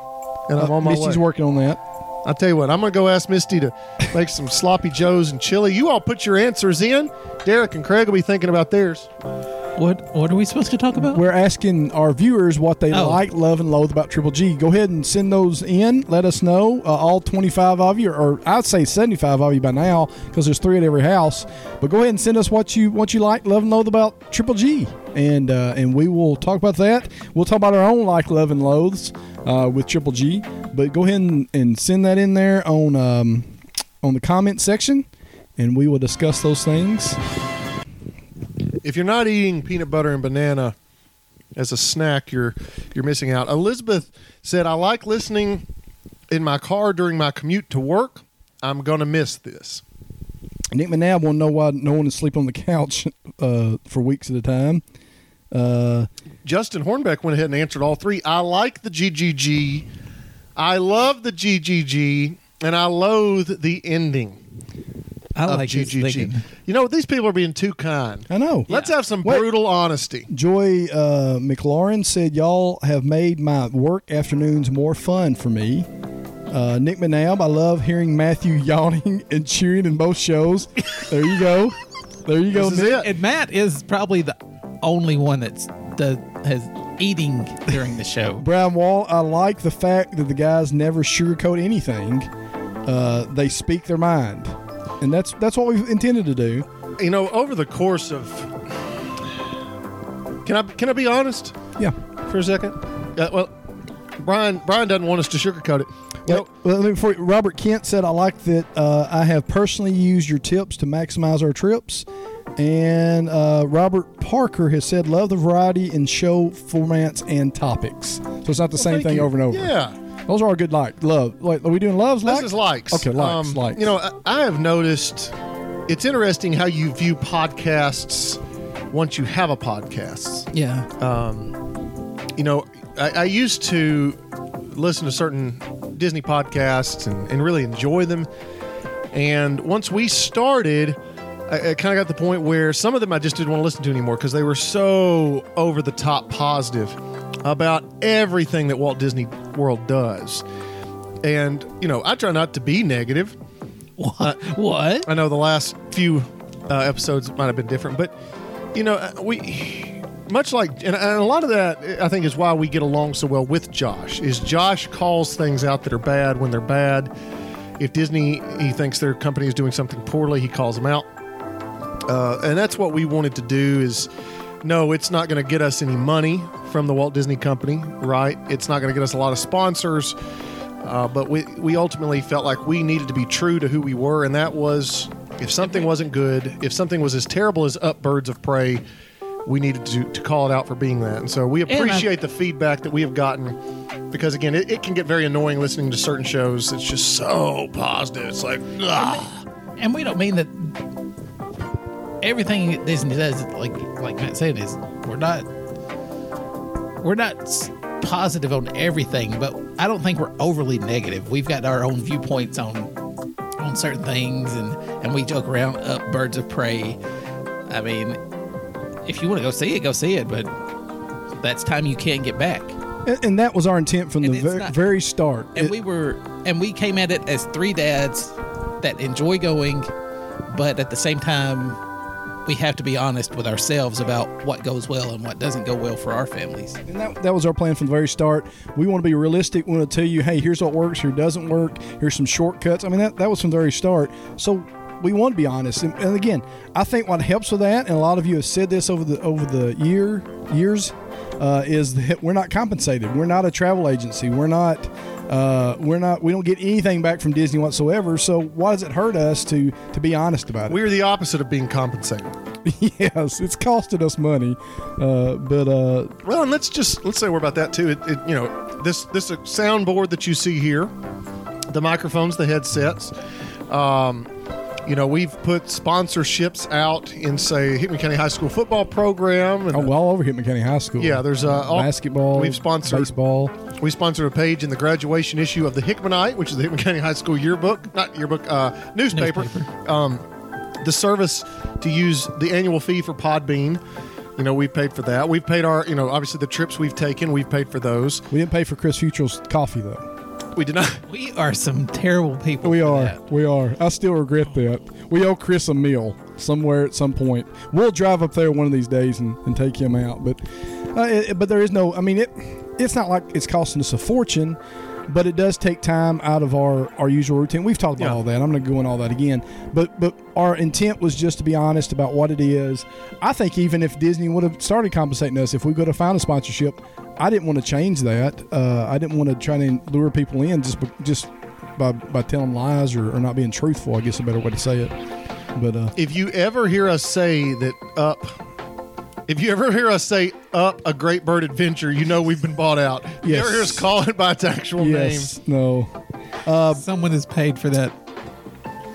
and I'm on my Misty's way. working on that. I'll tell you what, I'm going to go ask Misty to make some sloppy joes and chili. You all put your answers in. Derek and Craig will be thinking about theirs. What What are we supposed to talk about? We're asking our viewers what they Oh. like, love, and loathe about Triple G. Go ahead and send those in. Let us know, uh, all 25 of you, or I'd say 75 of you by now, because there's three at every house. But go ahead and send us what you what you like, love, and loathe about Triple G, and uh, and we will talk about that. We'll talk about our own like, love, and loathes uh, with Triple G. But go ahead and, and send that in there on um, on the comment section, and we will discuss those things. if you're not eating peanut butter and banana as a snack, you're you're missing out. Elizabeth said, "I like listening in my car during my commute to work. I'm gonna miss this." Nick McNabb will know why no one is sleeping on the couch uh, for weeks at a time. Uh, Justin Hornbeck went ahead and answered all three. I like the GGG. I love the GGG, and I loathe the ending I of like his GGG. thinking. You know, these people are being too kind. I know. Let's have some Wait. brutal honesty. Joy uh, McLaurin said, "Y'all have made my work afternoons more fun for me." Uh, Nick McNabb, I love hearing Matthew yawning and cheering in both shows. There you go. There you go. This is Nick. it. And Matt is probably the only one that's does has eating during the show. Brown Wall, I like the fact that the guys never sugarcoat anything. Uh, they speak their mind, and that's that's what we've intended to do. You know, over the course of can I can I be honest? Yeah. for a second? Uh, well, Brian Brian doesn't want us to sugarcoat it. You know, Well, well, let me- before, Robert Kent said, "I like that. Uh, I have personally used your tips to maximize our trips." And uh, Robert Parker has said, "Love the variety in show formats and topics." So it's not the same thank thing you. over and over. Yeah, those are all good. Like love. Like are we doing loves? this like? is likes. Okay, likes, Um, likes. You know, I, I have noticed it's interesting how you view podcasts once you have a podcast. Yeah. you know, I, I used to listen to certain Disney podcasts and, and really enjoy them. And once we started, I, I kind of got to the point where some of them I just didn't want to listen to anymore because they were so over the top positive about everything that Walt Disney World does. And, you know, I try not to be negative. what? I know the last few uh, episodes might have been different, but you know, uh, we much like and, and a lot of that uh, I think is why we get along so well with Josh. Is Josh calls things out that are bad when they're bad. If Disney he thinks their company is doing something poorly, he calls them out. Uh, and that's what we wanted to do is no, it's not going to get us any money from the Walt Disney Company, right? It's not going to get us a lot of sponsors. Uh, but we, we ultimately felt like we needed to be true to who we were, and that was if something wasn't good, if something was as terrible as Up Birds of Prey, we needed to, to call it out for being that. And so we I- appreciate the feedback that we have gotten because, again, it, it can get very annoying listening to certain shows. It's just so positive. It's like, ah. And we don't mean that everything that Disney does, like like Matt said, is we're not we're not s- positive on everything, but I don't think we're overly negative. We've got our own viewpoints on on certain things, and and we joke around up birds of prey. I mean, if you want to go see it, go see it, but that's time you can't get back. and, and that was our intent from And the it's ver- not- very start. and It- we were and we came at it as three dads that enjoy going but at the same time we have to be honest with ourselves about what goes well and what doesn't go well for our families And that, that was our plan from the very start. We want to be realistic. We want to tell you, hey, here's what works, here doesn't work, here's some shortcuts. I mean, that, that was from the very start. So we want to be honest. And, and again, I think what helps with that, and a lot of you have said this over the over the year years, uh, is that we're not compensated. We're not a travel agency. We're not. Uh, we're not. We don't get anything back from Disney whatsoever. So why does it hurt us to to be honest about it? we're the opposite of being compensated. yes, it's costed us money, uh, but uh, Well, and let's just let's say we're about that too. It, it you know this this soundboard that you see here, the microphones, the headsets, um, you know, we've put sponsorships out in, say, Hickman County High School football program. And Oh, well, over here at McKinney High School. Yeah, there's, uh, all- basketball. we've sponsored- baseball. we sponsored a page in the graduation issue of the Hickmanite, which is the Hickman County High School yearbook, not yearbook, uh, newspaper. Newspaper. Um, the service to use the annual fee for Podbean. You know, we've paid for that. We've paid our, you know, obviously the trips we've taken, we've paid for those. We didn't pay for Chris Futrell's coffee though. We did not. We are some terrible people. We for are. that. We are. I still regret that. We owe Chris a meal somewhere at some point. We'll drive up there one of these days and, and take him out. But uh, it, but there is no. I mean it. It's not like it's costing us a fortune, but it does take time out of our our usual routine. We've talked about Yeah. all that. I'm not going all that again. But but our intent was just to be honest about what it is. I think even if Disney would have started compensating us, if we could have found a sponsorship, I didn't want to change that. Uh, I didn't want to try to lure people in just be- just by, by telling lies or, or not being truthful. I guess a better way to say it. But uh, if you ever hear us say that up if you ever hear us say up a great bird adventure you know we've been bought out yes. you Yes. ever hear us call it by its actual yes, no. Someone is paid for that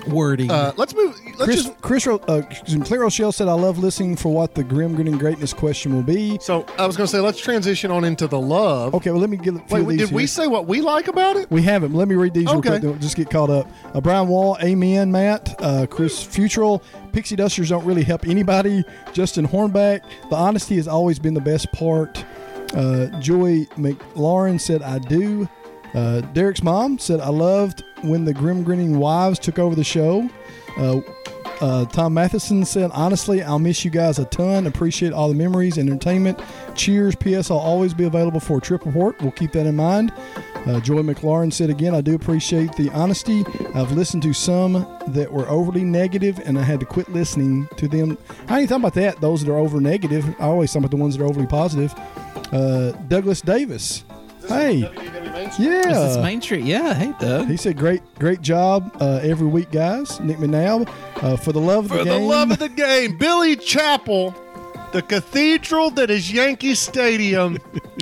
wording. name uh, let's move let's Chris, just Chris, Ro- uh, Sinclair O'Shell said, "I love listening for what the grim, grinning greatness question will be." so i was going to say let's transition on into the love Okay, well, let me get a few wait of these did we here. say what we like about it We haven't. Let me read these Okay. real quick. Don't just get caught up. Uh, Brian Wall, Amen, Matt, uh, Chris Futrell, Pixie Dusters don't really help anybody. Justin Hornback, the honesty has always been the best part. Uh, Joy McLaurin said, I do. Uh, Derek's mom said, I loved when the grim grinning wives took over the show. Uh, uh, Tom Matheson said, honestly, I'll miss you guys a ton. Appreciate all the memories and entertainment. Cheers. P.S. I'll always be available for a trip report. We'll keep that in mind. Uh, Joy McLaurin said again, I do appreciate the honesty. I've listened to some that were overly negative, and I had to quit listening to them. I ain't talking about that, those that are over negative. I always talk about the ones that are overly positive. Uh, Douglas Davis. Hey. E Yeah. Is this Main Street? Yeah. Hey, Doug. He said, "Great, great job uh, every week, guys." Nick McNabb, uh, for the love of for the the game. love of the game billy chapel the cathedral that is yankee stadium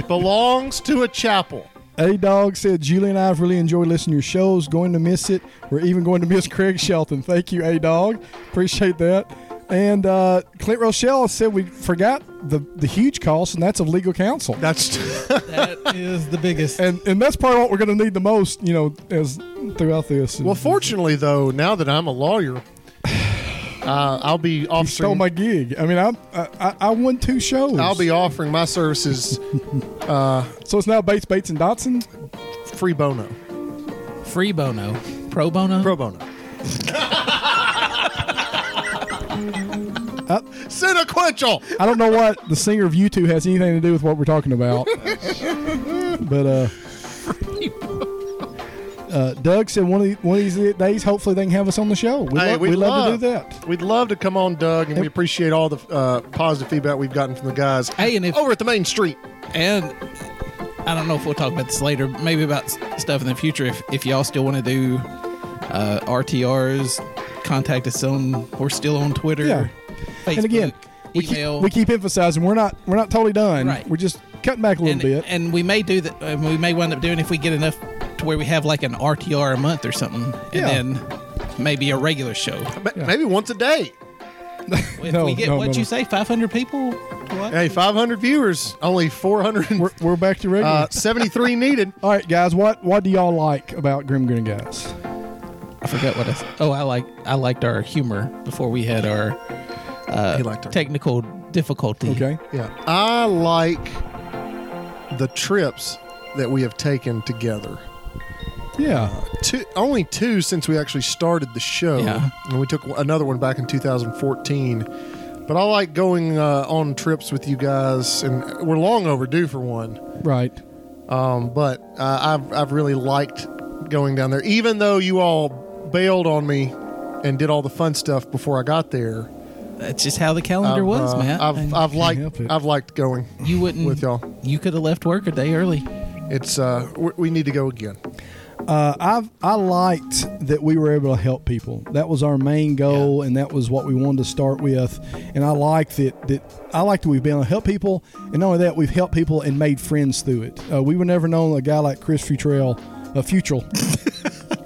belongs to a chapel a dog said, "Julie and I have really enjoyed listening to your shows. Going to miss it. We're even going to miss Craig Shelton. Thank you, a dog. Appreciate that." And uh, Clint Rochelle said, "We forgot the the huge cost, and that's of legal counsel." that's that is the biggest. and, and that's probably what we're going to need the most, you know, as throughout this. And Well, fortunately, though, now that I'm a lawyer, uh, I'll be you stole offering. my gig. I mean, I, I I- I won two shows. I'll be offering my services so it's now Bates, Bates, and Dotson. free bono, Free bono. Pro bono? pro bono. Cinequential. I don't know what the singer of U2 has anything to do with what we're talking about. but uh, uh, Doug said one of, the, one of these days, hopefully they can have us on the show. We, Hey, love, we'd we love, to do that. We'd love to come on, Doug, and we appreciate all the uh, positive feedback we've gotten from the guys Hey, and if over at the main street. and I don't know if we'll talk about this later. Maybe about s- stuff in the future. If, if y'all still want to do uh, RTRs, contact us on. We're still on Twitter. Yeah. Facebook, and again, we email. keep, we keep emphasizing we're not we're not totally done. Right. We're just cutting back a little and, bit. and we may do that. Um, we may wind up doing if we get enough to where we have like an RTR a month or something, and Yeah. then maybe a regular show. Ma- Maybe once a day. If No, we get no, what no, you no. say, five hundred people. What? Hey, 500 viewers, only 473 we're, we're back to regular. Uh, needed. All right, guys. What what do y'all like about Grim Grin Guys? I forgot what I. s- Oh, I like I liked our humor before we had our uh, he liked our technical difficulty. Okay. Yeah. I like the trips that we have taken together. Yeah. Two, only two since we actually started the show. Yeah. And we took another one back in 2014. But I like going uh, on trips with you guys, and we're long overdue for one. Right. Um, but uh, I've, I've really liked going down there, even though you all bailed on me and did all the fun stuff before I got there. That's just how the calendar I've, was, uh, man. I've, I've liked help it. I've liked going. you wouldn't with y'all. You could have left work a day early. It's uh, we we need to go again. Uh, I've I liked that we were able to help people. That was our main goal, and that was what we wanted to start with. And I liked that that I liked that we've been able to help people, and not only that, we've helped people and made friends through it. Uh, we would never known a guy like Chris Futrell, a uh, Futrell.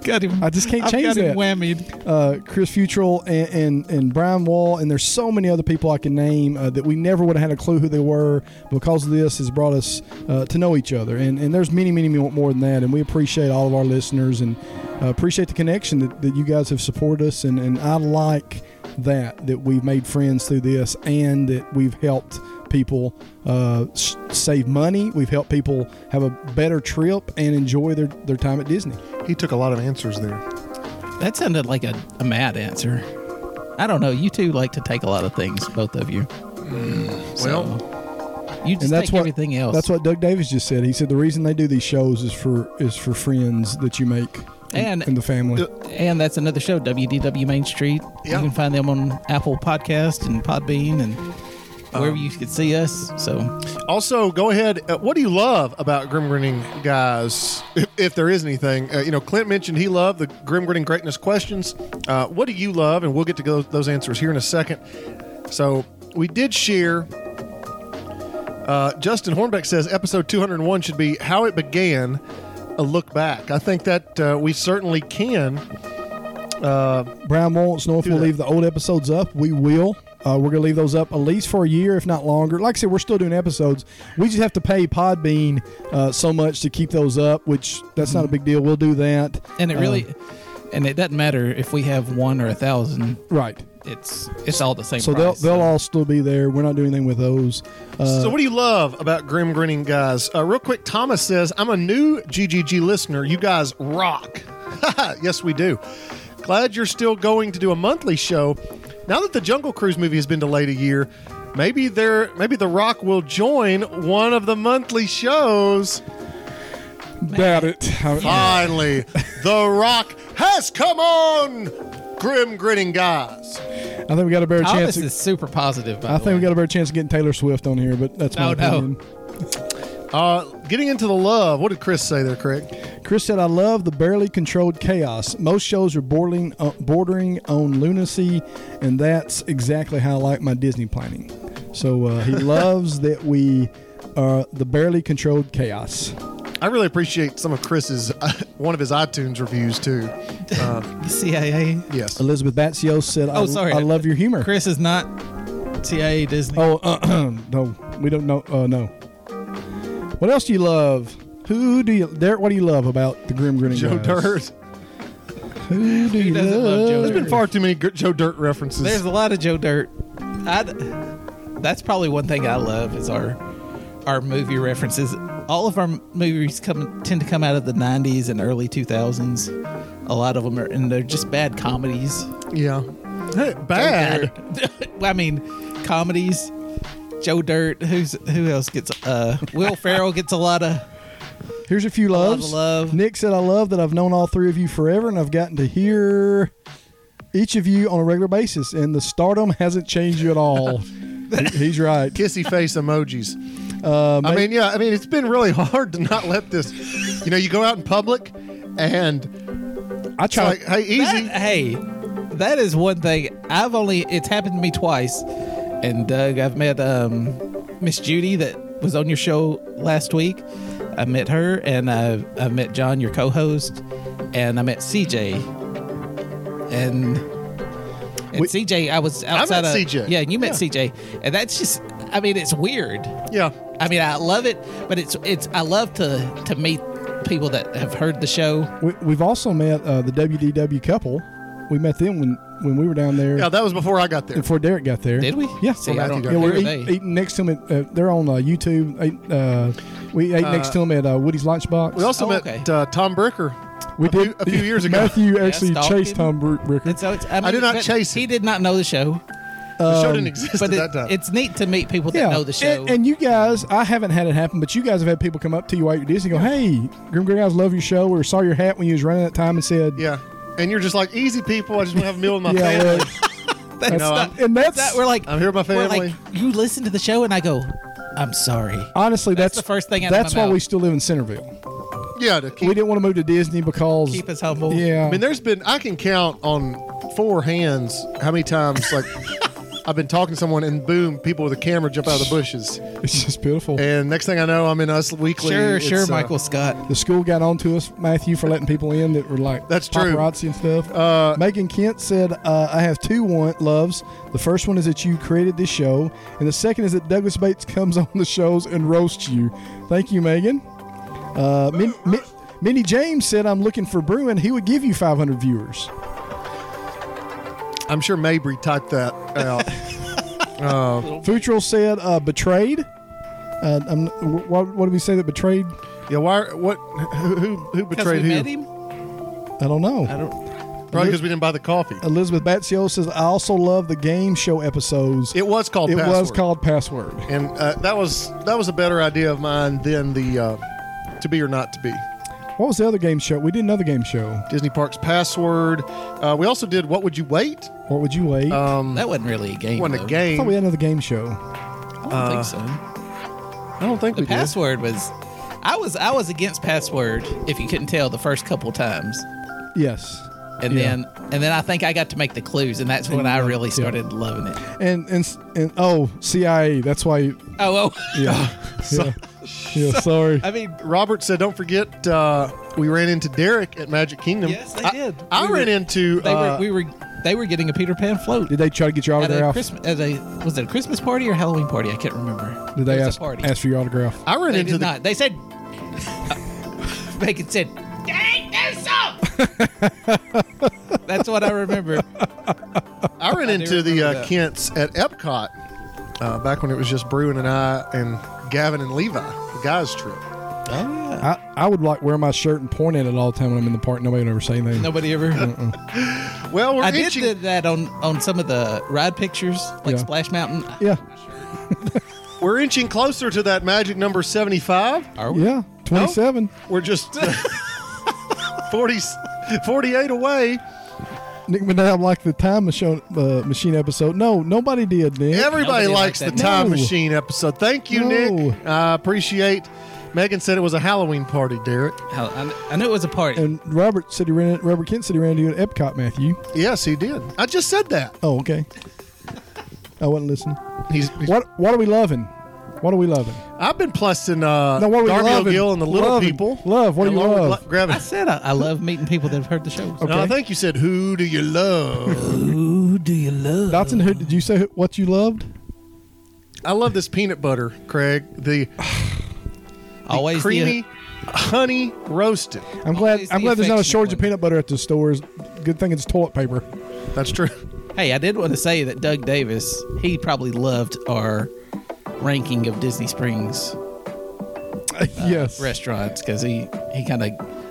Got him. I just can't I've change got that. Him whammied. uh, Chris Futrell and, and and Brian Wall, and there's so many other people I can name uh, that we never would have had a clue who they were. Because of this has brought us uh, to know each other, and and there's many, many more more than that. And we appreciate all of our listeners and uh, appreciate the connection that, that you guys have supported us, and and I like that that we've made friends through this, and that we've helped people uh, s- save money. We've helped people have a better trip and enjoy their, their time at Disney. He took a lot of answers there. That sounded like a, a mad answer. I don't know. You two like to take a lot of things, both of you. Mm, well, you just and that's take what everything else. That's what Doug Davis just said. He said the reason they do these shows is for is for friends that you make And- in the family. And that's another show, WDW Main Street. Yeah. You can find them on Apple Podcast and Podbean and wherever you can see us. So Also, go ahead. Uh, what do you love about Grim Grinning Guys, if, if there is anything? Uh, you know, Clint mentioned he loved the Grim Grinning Greatness questions. Uh, what do you love? And we'll get to go, those answers here in a second. So, we did share. Uh, Justin Hornbeck says episode 201 should be How It Began, a look back. I think that uh, we certainly can. Brian wants to know if Do we'll that. leave the old episodes up. We will. Uh, we're going to leave those up at least for a year, if not longer. Like I said, we're still doing episodes. We just have to pay Podbean uh, so much to keep those up, which that's not a big deal. We'll do that. Mm-hmm. and it Um, really and it doesn't matter if we have one or a thousand. right. It's it's all the same. So they'll price, they'll all still be there. We're not doing anything with those. Uh, so, what do you love about Grim Grinning Guys? Uh, real quick, Thomas says, I'm a new GGG listener. You guys rock. yes, we do. Glad you're still going to do a monthly show. Now that the Jungle Cruise movie has been delayed a year, maybe there, maybe The Rock will join one of the monthly shows. doubt it. I- Finally, The Rock has come on. Grim Grinning Guys. I think we got a better chance. Thomas of- is super positive. By I the think we way. got a better chance of getting Taylor Swift on here, but that's my No, no. opinion. Uh, getting into the love. What did Chris say there, Craig? Chris said, "I love the barely controlled chaos. Most shows are bordering uh, bordering on lunacy, and that's exactly how I like my Disney planning." So uh, he loves that we are the barely controlled chaos. I really appreciate some of Chris's uh, one of his iTunes reviews too. Uh, the CIA. yes, Elizabeth Batsios said, Oh, I, sorry. I love your humor." Chris is not CIA Disney. Oh, no, we don't know. Uh, no. What else do you love? Who do you, Derek? What do you love about the Grim Grinning Joe Guys? Dirt. Who do you doesn't love Joe There's been far too many gr- Joe Dirt references. There's a lot of Joe Dirt. I, that's probably one thing I love is our our movie references. All of our movies come tend to come out of the '90s and early 2000s. A lot of them are, and they're just bad comedies. yeah, Hey, bad. Dirt. I mean, comedies. Joe Dirt. Who's who else gets? Uh, Will Ferrell gets a lot of. Here's a few lot of loves. love. Nick said, I love that I've known all three of you forever and I've gotten to hear each of you on a regular basis, and the stardom hasn't changed you at all. He- He's right. Kissy face emojis. Um, I mean, yeah. I mean, it's been really hard to not let this. You know, you go out in public, and it's I try. like, hey, easy. That- hey, that is one thing. I've only it's happened to me twice. And Doug, I've met um, Miss Judy that was on your show last week. I met her, and I've, I've met John, your co-host, and I met CJ. And and We- CJ, I was met outside of CJ. Yeah, and you met Yeah. CJ, and that's just. I mean, it's weird. yeah. I mean, I love it, but it's it's. I love to to meet people that have heard the show. we, we've also met uh, the WDW couple. We met them when, when we were down there Yeah, that was before I got there. before Derek got there. Did we? Yeah. See, I don't yeah, we remember were eat, they. eating next to them. At, uh, they're on uh, YouTube. Ate, uh, we ate next to them at uh, Woody's Lunchbox. We also Oh, met okay. uh, Tom Bricker. we a few- a few years ago. Matthew actually stalked chased Tom him. Br- Bricker. And so it's, I, mean, did not but chase He it. did not know the show. The show didn't exist at but that it, time. it's neat to meet people that know the show. And, and you guys, I haven't had it happen, but you guys have had people come up to you while you're Disney and go, hey, Grim Grinning Guys love your show. We saw your hat when you was running that time and said, yeah, and you're just like easy people. I just want to have a meal with my yeah, family. well, that's no, not- I'm- and that's- that we're like, I'm here with my we're family. like, you listen to the show, and I go, I'm sorry. honestly, that's, That's the first thing out of That's my why mouth. we still live in Centerville. yeah, to keep We didn't want to move to Disney because. Keep us humble. Yeah. I mean, there's been I can count on four hands how many times like I've been talking to someone, and boom, people with a camera jump out of the bushes. It's just beautiful. And next thing I know, I'm in Us Weekly. Sure, It's, sure, uh, Michael Scott. the school got on to us, Matthew, for letting people in that were like That's true. paparazzi and stuff. Uh, Megan Kent said, uh, "I have two want loves. The first one is that you created this show, and the second is that Douglas Bates comes on the shows and roasts you." Thank you, Megan. Uh, Min- Min- Minnie James said, "I'm looking for Bruin. He would give you 500 viewers." I'm sure Mabry typed that out. Futrell said, uh, "Betrayed." Uh, I'm, wh- what, what did we say that betrayed? yeah, why? What? Who? Who, who Because we betrayed met who? him. I don't know. I don't. Probably because we didn't buy the coffee. Elizabeth Batsio says, "I also love the game show episodes." It was called. It was Password. called Password. and uh, that was that was a better idea of mine than the uh, to be or not to be What was the other game show? We did another game show. Disney Parks password. Uh, we also did what would you wait? What would you wait? Mm. That wasn't really a game. Won though. a I game. thought we had another game show. I don't think so. I don't think The we did. password was. I was I was against password. If you couldn't tell the first couple times, Yes. and Yeah. then and then I think I got to make the clues, and that's when I really started loving it. And and and oh, CIA. That's why. Oh, oh. Yeah. yeah. Yeah, Sorry. I mean, Robert said, "Don't forget, uh, we ran into Derek at Magic Kingdom." Yes, they I did. I We ran were- into. they uh, were we were they were getting a Peter Pan float. Did they try to get your At a autograph? Christmas, at a was it a Christmas party or Halloween party? I can't remember. Did they It was ask a party? ask for your autograph? I ran they into did the. not. They said. uh, Megan said, "Dang, there's some." That's what I remember. I ran into the remember uh, that. Kents at Epcot uh, back when it was just Bruin and I and Gavin and Levi, the guys trip. I, I would like wear my shirt and point at it all the time when I'm in the park. Nobody would ever say anything. Nobody ever. Well, we're I did itching. did that on on some of the ride pictures, like Yeah. Splash Mountain. Yeah. we're inching closer to that magic number seventy-five. Are we? Yeah. Twenty-seven. We're just 40, 48 away. Nick McNabb liked the time machine, uh, machine episode. No, nobody did. Nick. Everybody Nobody likes liked the that. Time No. Machine episode. Thank you, No. Nick. I appreciate. Megan said it was a Halloween party, Derek. Hell, I, I knew it was a party. And Robert said he ran. Robert Kent said he ran into you at Epcot. Matthew. Yes, he did. I just said that. Oh, okay. I wasn't listening. He's, he's- What What are we loving? What are we loving? I've been plussing uh, No, what are we Darby loving? O'Gill and the little Loving. people. Love, what do And you Lauren love? Gla- Gravin. I said I, I love meeting people that have heard the show. No, I Okay. think you said, "Who do you love?" Who do you love? Dotson, who did you say who- what you loved? I love this peanut butter, Craig. The, the Always creamy, The, honey roasted. I'm glad. Always I'm the glad there's not a affectionate shortage of one. peanut butter at the stores. Good thing it's toilet paper. That's true. hey, I did want to say that Doug Davis, he probably loved our ranking of Disney Springs Uh, yes. restaurants because he he kind of.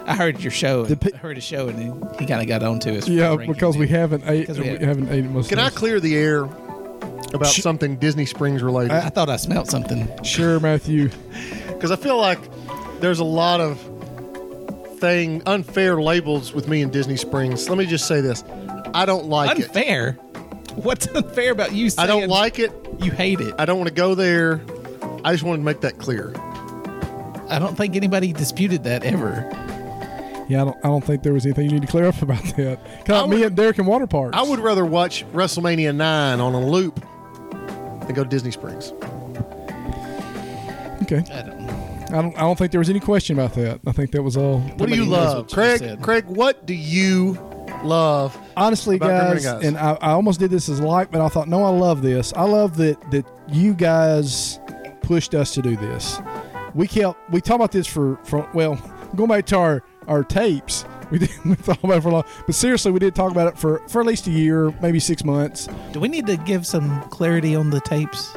I heard your show. The pi- I heard a show, and he, he kind of got onto us. for Yeah, ranking because we it. haven't ate. Because We we have- haven't ate most. Can of I us. clear the air about Sh- something Disney Springs related? I thought I smelled something. Sure, Matthew. because I feel like there's a lot of thing unfair labels with me in Disney Springs. Let me just say this: I don't like it. unfair. What's unfair about you? Saying I don't like it. You hate it. I don't want to go there. I just wanted to make that clear. I don't think anybody disputed that ever. Yeah, I don't. I don't think there was anything you need to clear up about that. Kind of would- me and Derek in water parks. I would rather watch WrestleMania nine on a loop than go to Disney Springs. Okay. I don't. know. I don't. I don't think there was any question about that. I think that was all. What do you Nobody knows love, what you Craig? said. Craig, what do you love? honestly about Grim guys, Reaper guys. and I, I almost did this as like but i thought no i love this i love that that you guys pushed us to do this we kept we talked about this for for well going back to our our tapes we didn't we talk about it for long but seriously we did talk about it for for at least a year maybe six months Do we need to give some clarity on the tapes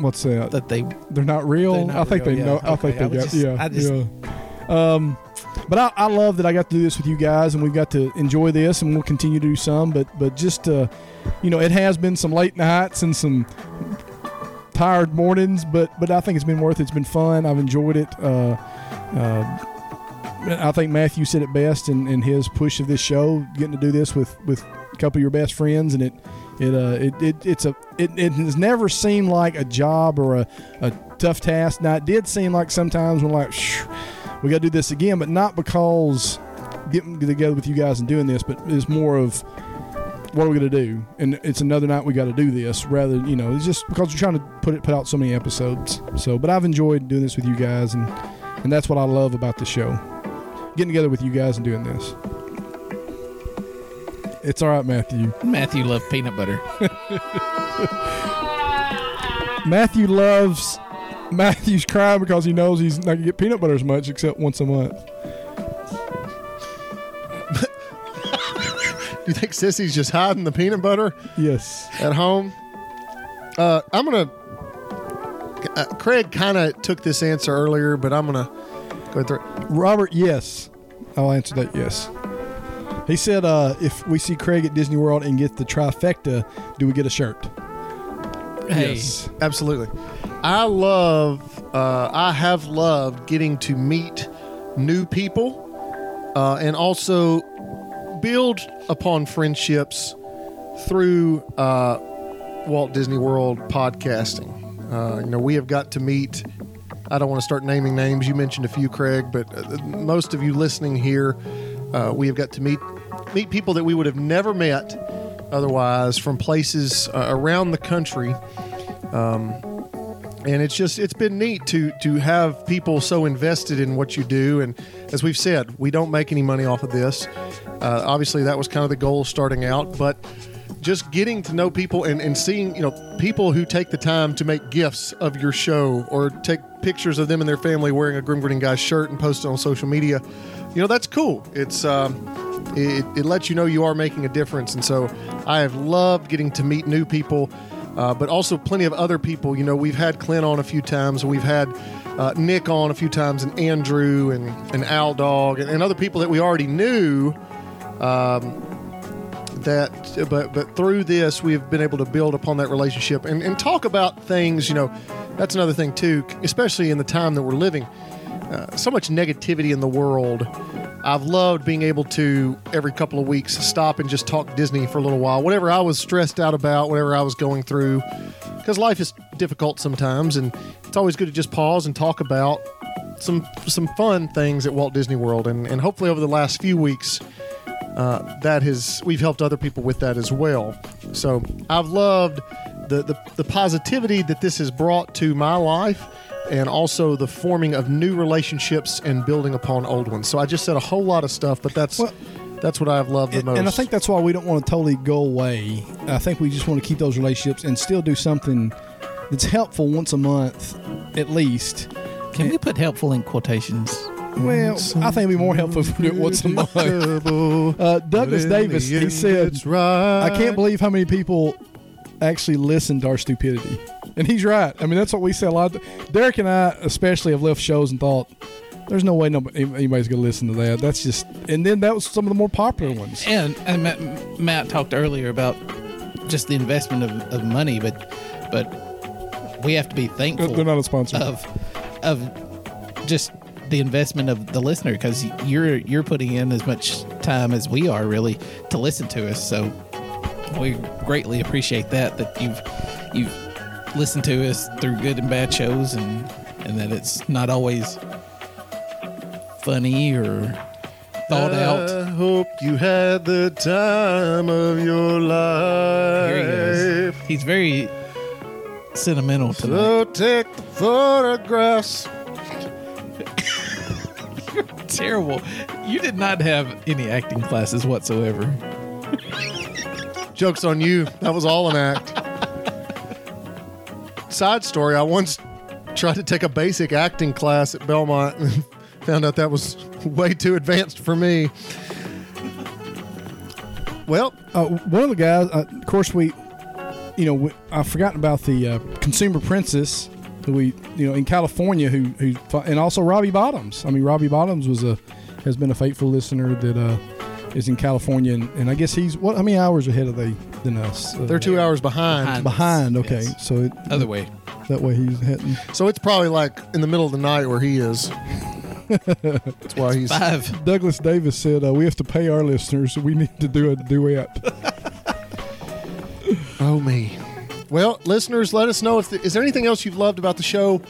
what's that that they? They're not real. They're not I think real, they yeah. know. I Okay, think they I was got. just- yeah. I just- yeah. Um, but I, I love that I got to do this with you guys, and we've got to enjoy this, and we'll continue to do some. But but just uh, you know, it has been some late nights and some tired mornings, but but I think it's been worth it. It's been fun. I've enjoyed it. Uh, uh, I think Matthew said it best in, in his push of this show, getting to do this with with a couple of your best friends, and it it uh it, it it's a it, it has never seemed like a job or a, a tough task. Now it did seem like sometimes we're like, "Shh, we got to do this again, but not because getting together with you guys and doing this, but it's more of what are we going to do? And it's another night we got to do this rather, you know, it's just because we're trying to put it put out so many episodes. So, but I've enjoyed doing this with you guys, and and that's what I love about the show, getting together with you guys and doing this. It's all right, Matthew. Matthew loved peanut butter. Matthew loves Matthew's crying because he knows he's not gonna get peanut butter as much except once a month. Do you think Sissy's just hiding the peanut butter Yes. at home? Uh, I'm gonna. Uh, Craig kind of took this answer earlier, but I'm gonna go through. Robert, yes. I'll answer that yes. He said uh, if we see Craig at Disney World and get the trifecta, do we get a shirt? Hey, Yes. Absolutely. I love, uh, I have loved getting to meet new people uh, and also build upon friendships through uh, Walt Disney World podcasting. Uh, you know, we have got to meet, I don't want to start naming names. You mentioned a few, Craig, but uh, most of you listening here, uh, we have got to meet meet people that we would have never met otherwise from places uh, around the country and it's just it's been neat to to have people so invested in what you do and as we've said we don't make any money off of this uh, obviously that was kind of the goal starting out but just getting to know people and, and seeing you know people who take the time to make gifts of your show or take pictures of them and their family wearing a grim grinning guy shirt and post it on social media you know that's cool it's um, it, it lets you know you are making a difference. And so I have loved getting to meet new people, uh, but also plenty of other people. You know, we've had Clint on a few times, and we've had uh, Nick on a few times, and Andrew, and, and Owl Dog, and, and other people that we already knew. Um, that, but but through this, we have been able to build upon that relationship and, and talk about things. You know, that's another thing too, especially in the time that we're living so much negativity in the world. I've loved being able to every couple of weeks stop and just talk Disney for a little while. Whatever I was stressed out about, whatever I was going through, because life is difficult sometimes, and it's always good to just pause and talk about some some fun things at Walt Disney World. And, and hopefully over the last few weeks, uh, that has we've helped other people with that as well. So I've loved the, the the positivity that this has brought to my life and also the forming of new relationships and building upon old ones. So I just said a whole lot of stuff, but that's Well- that's what I've loved the most. And I think that's why we don't want to totally go away. I think we just want to keep those relationships and still do something that's helpful once a month at least. can we put helpful in quotations? Well, I think it'd be more helpful if we do it once a month. Uh, Douglas Davis, he said, I can't believe how many people actually listen to our stupidity. And he's right. I mean, that's what we say a lot. Derek and I, especially, have left shows and thought, there's no way nobody, anybody's going to listen to that. That's just. And then that was some of the more popular ones. And, and Matt, Matt talked earlier about just the investment of, of money, but but we have to be thankful. They're not a sponsor. of of just the investment of the listener because you're you're putting in as much time as we are really to listen to us. So we greatly appreciate that that you've you've listened to us through good and bad shows and and that it's not always funny or thought out. I hope you had the time of your There he goes. life. He's very sentimental tonight. So take the photographs. Terrible. You did not have any acting classes whatsoever. Joke's on you. That was all an act. Side story I once tried to take a basic acting class at Belmont and found out that was way too advanced for me. Well, uh, one of the guys, uh, of course, we, you know, we, I've forgotten about the uh, consumer princess who we, you know, in California, who, who, fi- and also Robbie Bottoms. I mean, Robbie Bottoms was a, has been a faithful listener that uh, is in California, and, and I guess he's what? How many hours ahead of they than us? Uh, they're two hours behind. behind. Okay, Yes. so it, Other way. that way he's hitting. So it's probably like in the middle of the night where he is. That's why he's. Five. Douglas Davis said, uh, "We have to pay our listeners. We need to do a duet." Oh me. Well, listeners, let us know if the, is there anything else you've loved about the show.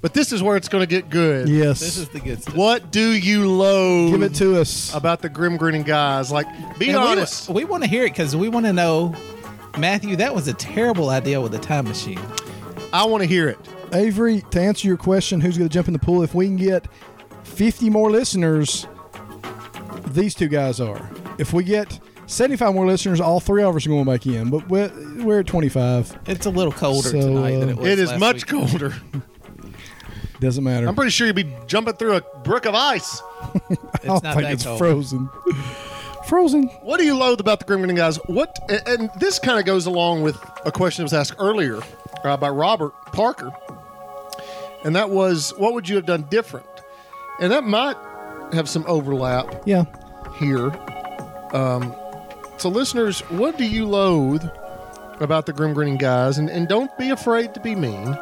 But this is where it's going to get good. Yes. This is the good stuff. What do you loathe Give it to us. about the grim grinning guys? Like, be And we- honest. We, want to hear it because we want to know, Matthew. That was a terrible idea with the time machine. I want to hear it. Avery, to answer your question, who's going to jump in the pool? If we can get 50 more listeners, these two guys are. If we get 75 more listeners, all three of us are going back in. But we're, we're at 25. It's a little colder So, tonight than uh, it was. It is last much week. colder. Doesn't matter. I'm pretty sure you'd be jumping through a brick of ice. It's I don't not think that it's cold. frozen. frozen. What do you loathe about the Grim Grinning guys? What and- and this kind of goes along with a question that was asked earlier uh, by Robert Parker, and that was, what would you have done different? And that might have some overlap Yeah. here. Um, so, listeners, what do you loathe about the Grim Grinning guys? And, and don't be afraid to be mean.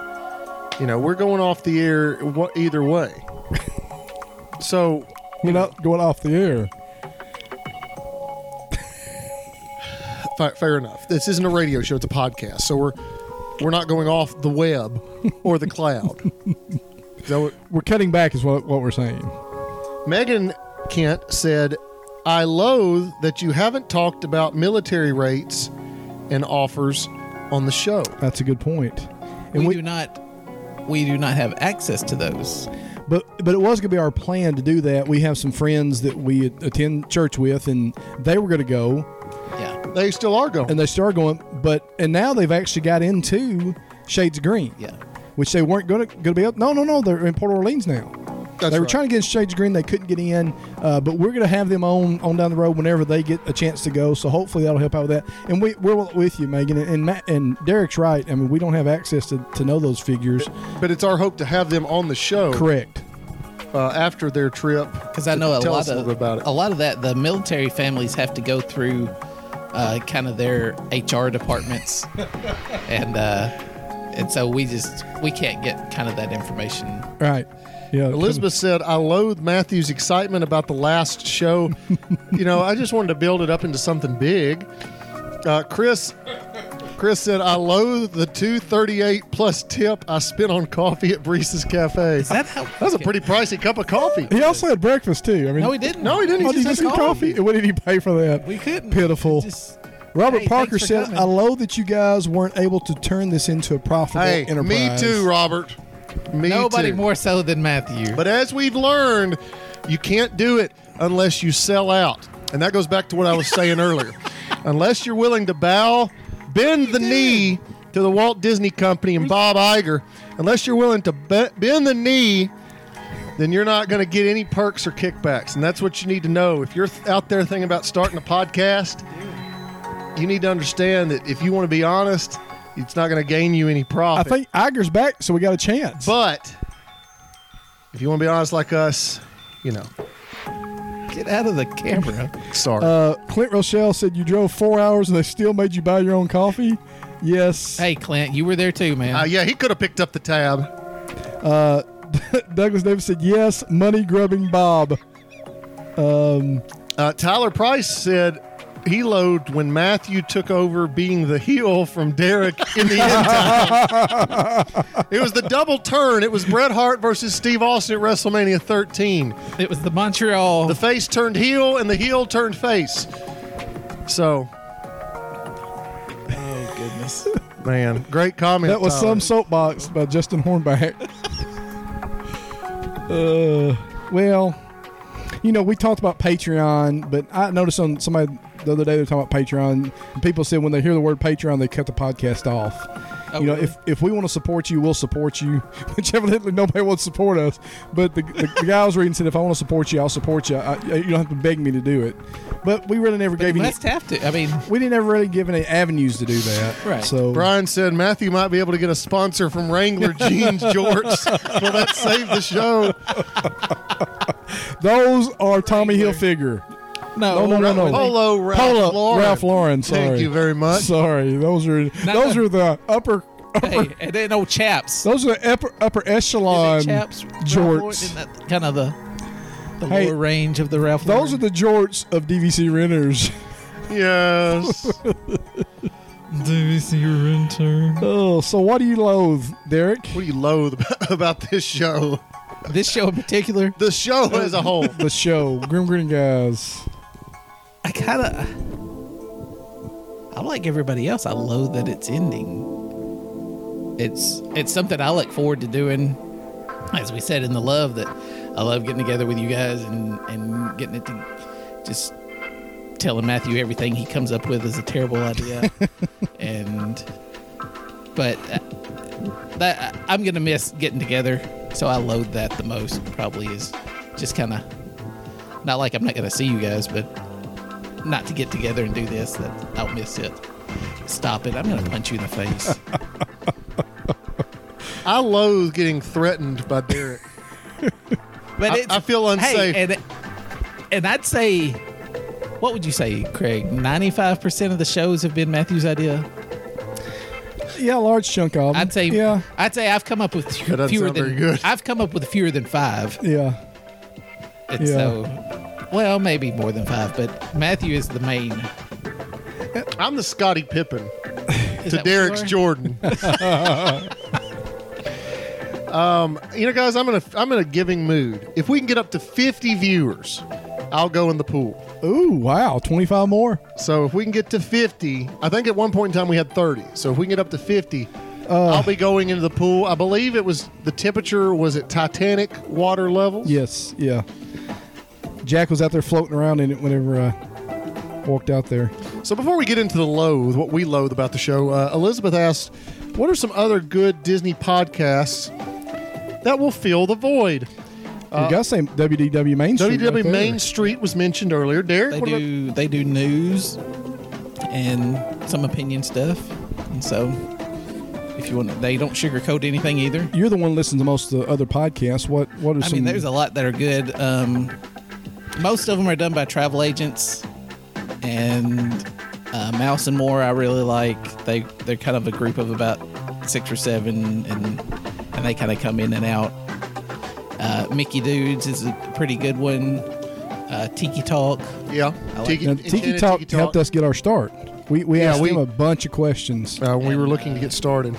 You know, we're going off the air wha- either way. so, We're not going off the air. fa- fair enough. This isn't a radio show; it's a podcast. So we're we're not going off the web or the cloud. so, We're cutting back, is what, what we're saying. Megan Kent said, "I loathe that you haven't talked about military rates and offers on the show." That's a good point. We, do not. We do not have access to those. But but it was going to be our plan to do that. We have some friends that we attend church with, and they were going to go, Yeah, They still are going. and they started going. But and now they've actually got into Shades of Green, yeah. which they weren't going to going to be up. No, no, no. They're in Port Orleans now. That's they were right. trying to get in Shades of Green. They couldn't get in, uh, but we're going to have them on on down the road whenever they get a chance to go. So hopefully that'll help out with that. And we we're with you, Megan, and and, Matt, and Derek's right. I mean, we don't have access to, to know those figures. But it's our hope to have them on the show Correct. uh, after their trip. Because I know a Tell lot us a of little bit about it. a lot of that the military families have to go through, uh, kind of their HR departments, and uh, and so we just we can't get kind of that information. Right. Yeah. Elizabeth said, I loathe Matthew's excitement about the last show. you know, I just wanted to build it up into something big. Uh, Chris. Chris said, "I loathe the two thirty-eight plus tip I spent on coffee at Brees's Cafe. Is that how- That's a pretty pricey cup of coffee. He also had breakfast too. I mean, No, we didn't. No, he didn't. Oh, did He you just just had eat coffee? coffee. What did he pay for that? We couldn't. Pitiful. It just- Robert Hey, Parker thanks for said, coming. "I loathe that you guys weren't able to turn this into a profitable Hey, me enterprise." too, Robert. Me Nobody too. more so than Matthew. But as we've learned, you can't do it unless you sell out. And that goes back to what I was saying earlier. Unless you're willing to bow, bend the knee to the Walt Disney Company and Bob Iger, unless you're willing to be- bend the knee, then you're not going to get any perks or kickbacks. And that's what you need to know. If you're th- out there thinking about starting a podcast, you need to understand that if you want to be honest, it's not going to gain you any I profit. think Iger's back, so we got a chance. But if you want to be honest like us, you know, get out of the camera. sorry. uh, Clint Rochelle said you drove four hours and they still made you buy your own coffee. Yes. hey, Clint, you were there too, man. Uh, yeah, he could have picked up the tab. Douglas Davis said yes. Money grubbing Bob. Uh, Tyler Price said he loathed when Matthew took over being the heel from Derek in the end time. it was the double turn. It was Bret Hart versus Steve Austin at WrestleMania 13. it was the Montreal. The face turned heel and the heel turned face. So, oh goodness. man, great comment. That was Tyler. some soapbox by Justin Hornback. uh, well, you know, we talked about Patreon, but I noticed on somebody the other day they were talking about Patreon. And people said when they hear the word Patreon, they cut the podcast off. you know, really? if, if we want to support you, we'll support you. Which evidently nobody wants to support us. But the, the, the guy I was reading said, if I want to support you, I'll support you. I, you don't have to beg me to do it. But we really never gave You any. must have to. I mean, We didn't ever really give any avenues to do that. Right. So Brian said Matthew might be able to get a sponsor from Wrangler Jeans Jorts. Will that save the show? Those are Tommy Hilfiger. no, No, no, no, no. Polo Ralph Polo, Lauren. Ralph Lauren. Sorry. Thank you very much. Sorry, those are those no. are the upper. Hey, and then old chaps. Those are the upper, upper echelon Is it chaps, Ralph Lauren? Isn't jorts. that kind of the the Hey, lower range of the Ralph. Those are Lauren? the jorts of DVC renters. Yes. ABC Renter. Oh, so what do you loathe, Derek? What do you loathe about this show? This show in particular, The show as a whole. The show, Grim Grinning Guys. I kind of. I'm like everybody else. I loathe that it's ending. It's it's something I look forward to doing. As we said in the love that I love getting together with you guys and and getting it to just telling Matthew everything he comes up with is a terrible idea. and but uh, that I'm gonna miss getting together, so I loathe that the most. Probably is just kind of not like I'm not gonna see you guys, but not to get together and do this that I'll miss it. Stop it. I'm going to punch you in the face. I loathe getting threatened by Derek. But I- it's, I feel unsafe. Hey, and, and I'd say, what would you say, Craig? 95% of the shows have been Matthew's idea. Yeah, a large chunk of them. I'd say, Yeah, I'd say I've come up with That doesn't fewer sound very than good. I've come up with fewer than five. yeah. Yeah. And So, well, maybe more than five, but Matthew is the main. I'm the Scotty Pippen Is that to what Derek's you are? Jordan. um, you know, guys, I'm in a I'm in a giving mood. If we can get up to 50 viewers, I'll go in the pool. Ooh, wow, twenty-five more. So if we can get to 50, I think at one point in time we had 30. So if we can get up to 50, I'll be going into the pool. I believe it was the temperature was at Titanic water levels. Yes, yeah. Jack was out there floating around in it whenever I walked out there. So before we get into the loathe, what we loathe about the show, uh, Elizabeth asked, "What are some other good Disney podcasts that will fill the void?" Uh, you got to say WDW Main Street. WW right there. Main Street was mentioned earlier. Derek, They what about- do they do news and some opinion stuff, and so if you want, to, they don't sugarcoat anything either. You're the one who listens to most of the other podcasts. What What are I some? mean, there's a lot that are good. Um, most of them are done by travel agents, and uh, Mouse and More I really like. They they're kind of a group of about six or seven, and and they kind of come in and out. Uh, Mickey Dudes is a pretty good one. Uh, Tiki Talk. yeah, like Now, Tiki Talk helped us get our start. We, we Yeah, asked we- him a bunch of questions. uh, when we were looking to get started.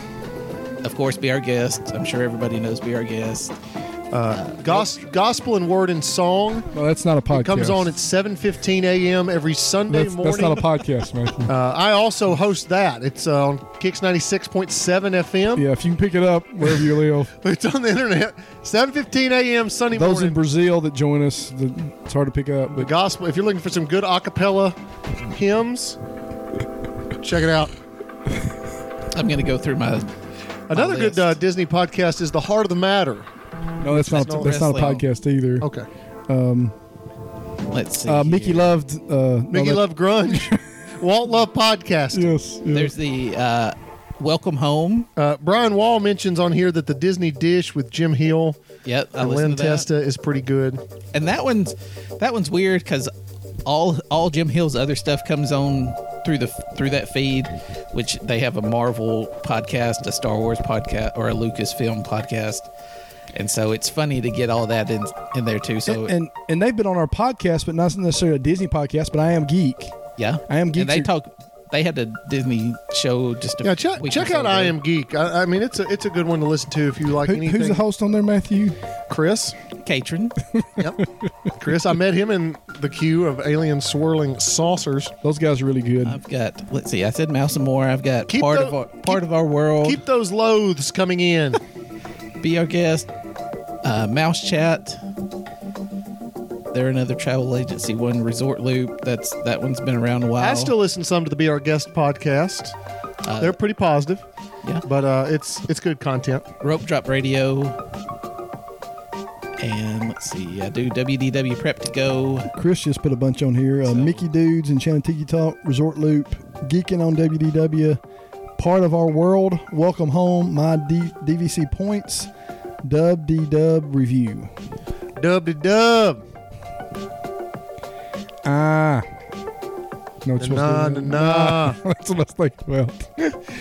of course, be our guest. I'm sure everybody knows be our guest. Gos- Gospel and Word and Song Well, that's not a podcast. comes on at 7:15 a.m. every Sunday that's, morning. that's not a podcast, man. uh, I also host that. It's uh, on Kicks 96.7 FM. yeah, if you can pick it up wherever you live. It's on the internet. 7:15 a.m. Sunday Those in morning. Brazil that join us, the, it's hard to pick up. the But gospel. If you're looking for some good a cappella hymns, check it out. I'm gonna go through my Another good list. uh, Disney podcast is The Heart of the Matter. no, that's not no that's not a wrestling. podcast either. Okay. let's see. Uh, Mickey here. loved. Uh, no, Mickey that- Love Grunge. Walt Love Podcast. Yes. yes. There's the uh, Welcome Home. Uh, Brian Wall mentions on here that the Disney Dish with Jim Hill Yep, I and listen Lynn to that. Testa is pretty good. and that one's that one's weird because all all Jim Hill's other stuff comes on through the through that feed, which they have a Marvel podcast, a Star Wars podcast, or a Lucasfilm podcast, and so it's funny to get all that in in there too. So and and they've been on our podcast, but not necessarily a Disney podcast. But I am geek. yeah, I Am Geeks And they are- talk. They had a Disney show just a Yeah, check week or check so out I ago. Am Geek. I, I mean, it's a it's a good one to listen to if you like Who, anything. who's the host on there, Matthew? Chris. Catron. Yep. Chris, I met him in the queue of alien swirling saucers. Those guys are really good. I've got. Let's see. I said Mouse and More. I've got Keep part tho- of our, keep- part of our world. Keep those loathes coming in. be our guest. Uh, Mouse Chat. They're another travel agency one. Resort Loop. That's that one's been around a while. I still listen some to the Be Our Guest podcast. They're pretty positive, yeah. but uh, it's it's good content. Rope Drop Radio. And let's see. I do WDW Prep to Go. Chris just put a bunch on here. Uh, So- Mickey Dudes and Shannon Tiki Talk, Resort Loop, Geeking on WDW, Part of Our World, Welcome Home, My D- DVC Points, Dub D Dub Review. Dub to dub. Ah. No, it's Na na na. That's what I was thinking about.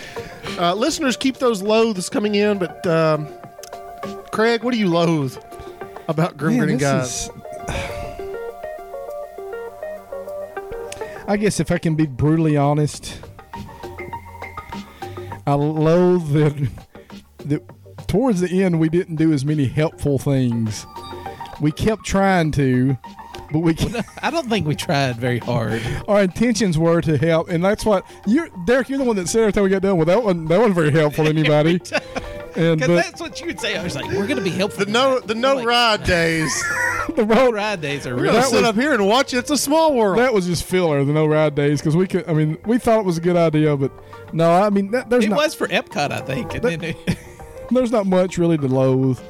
Uh, listeners, keep those loathes coming in. But um, Craig, what do you loathe about Grim Man, Grinning Guys? this is- I guess if I can be brutally honest, I loathe that, that towards the end we didn't do as many helpful things. We kept trying to, but we kept, I don't think we tried very hard. our intentions were to help, and that's what you, Derek, you're the one that said every time we got done. Well, that one that wasn't very helpful to anybody. And but Because that's what you would say. I was like, we're going to be helpful. The no, tonight. the no Like, ride days. the road ride days are We're gonna really. That sit was- up here and watch It's a Small World. that was just filler, the no ride days, because we could. I mean, we thought it was a good idea, but no, I mean, that, there's It not, was for Epcot, I think. And then it- there's not much really to loathe.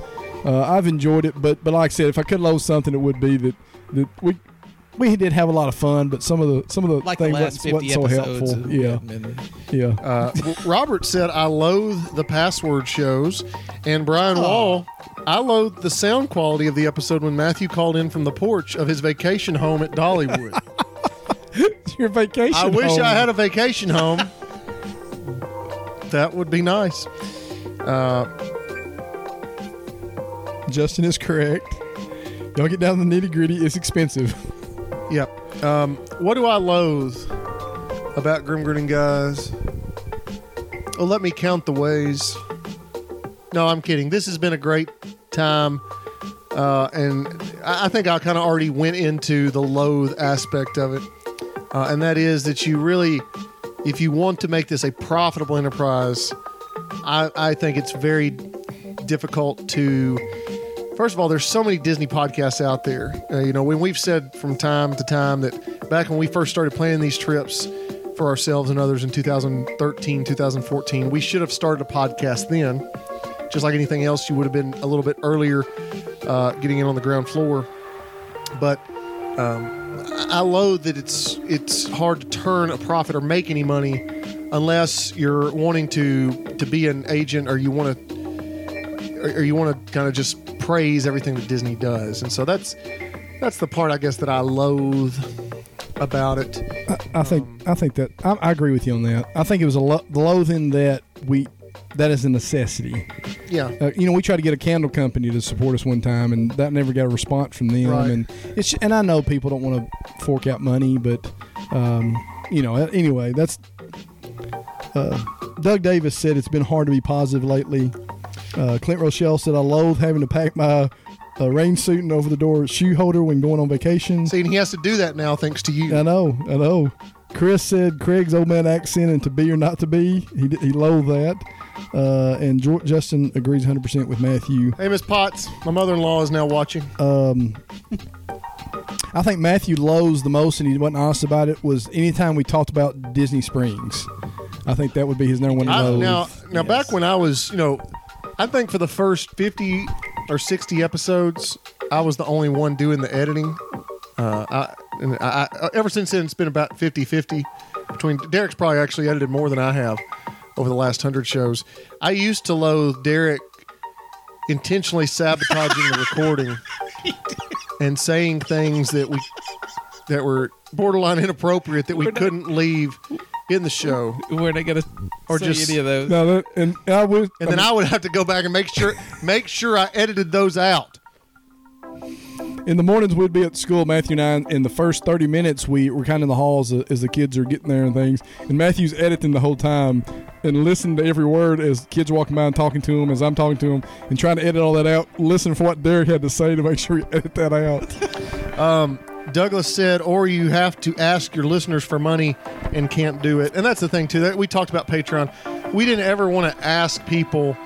Uh, I've enjoyed it, but but like I said, if I could loathe something, it would be that that we we did have a lot of fun, but some of the some of the like the things last wasn't, 50 wasn't so episodes. helpful. of Yeah, Redmond. yeah. Uh, w- Robert said, I loathe the password shows. And Brian Wall, I loathe the sound quality of the episode when Matthew called in from the porch of his vacation home at Dollywood. Your vacation. I wish home. I had a vacation home. that would be nice. Justin is correct. Y'all get down to the nitty gritty. It's expensive. Yep. Um, what do I loathe about Grim Grinning Guys? Oh, let me count the ways. No, I'm kidding. This has been a great time. Uh, and I I think I kind of already went into the loathe aspect of it. Uh, and that is that you really, if you want to make this a profitable enterprise, I, I think it's very difficult to First of all, there's so many Disney podcasts out there. Uh, you know, when we've said from time to time that back when we first started planning these trips for ourselves and others in 2013, 2014, we should have started a podcast then. Just like anything else, you would have been a little bit earlier uh, getting in on the ground floor. But um, I I loathe that it's it's hard to turn a profit or make any money unless you're wanting to to be an agent or you want to or, or you want to kind of just praise everything that Disney does. And so that's that's the part I guess that I loathe about it. I think I think that I, I agree with you on that. I think it was a lo- loathing that we that is a necessity. Yeah. Uh, you know, we tried to get a candle company to support us one time, and that never got a response from them. Right. And it's and I know people don't want to fork out money, but um, you know, uh, anyway, that's. Uh, Doug Davis said it's been hard to be positive lately. Uh, Clint Rochelle said I loathe having to pack my uh, rain suit and over the door shoe holder when going on vacation. See, and he has to do that now thanks to you. I know, I know. Chris said Craig's old man accent and to be or not to be. He, he loathed that. Uh, and Jor- Justin agrees 100% with Matthew. Hey, Miss Potts, my mother-in-law is now watching. I think Matthew loathes the most, and he wasn't honest about it, was anytime we talked about Disney Springs. I think that would be his number one I, loathe. now, now back when I was, you know, I think for the first fifty or sixty episodes, I was the only one doing the editing. Uh, I, and I, I ever since then, it's been about 50-50 between Derek's probably actually edited more than I have over the last hundred shows. I used to loathe Derek intentionally sabotaging the recording and saying things that we that were borderline inappropriate that we couldn't leave in the show We're not going to Or or just- just any of those. No, that, and, and I was, and then I would have to go back and make sure make sure I edited those out. in the mornings we'd be at school matthew and i in the first 30 minutes we were kind of in the halls as the kids are getting there and things and matthew's editing the whole time and listening to every word as kids walking by and talking to him as i'm talking to him and trying to edit all that out listening for what derek had to say to make sure we edit that out Douglas said, or you have to ask your listeners for money and can't do it. And that's the thing too. That we talked about Patreon. We didn't ever want to ask people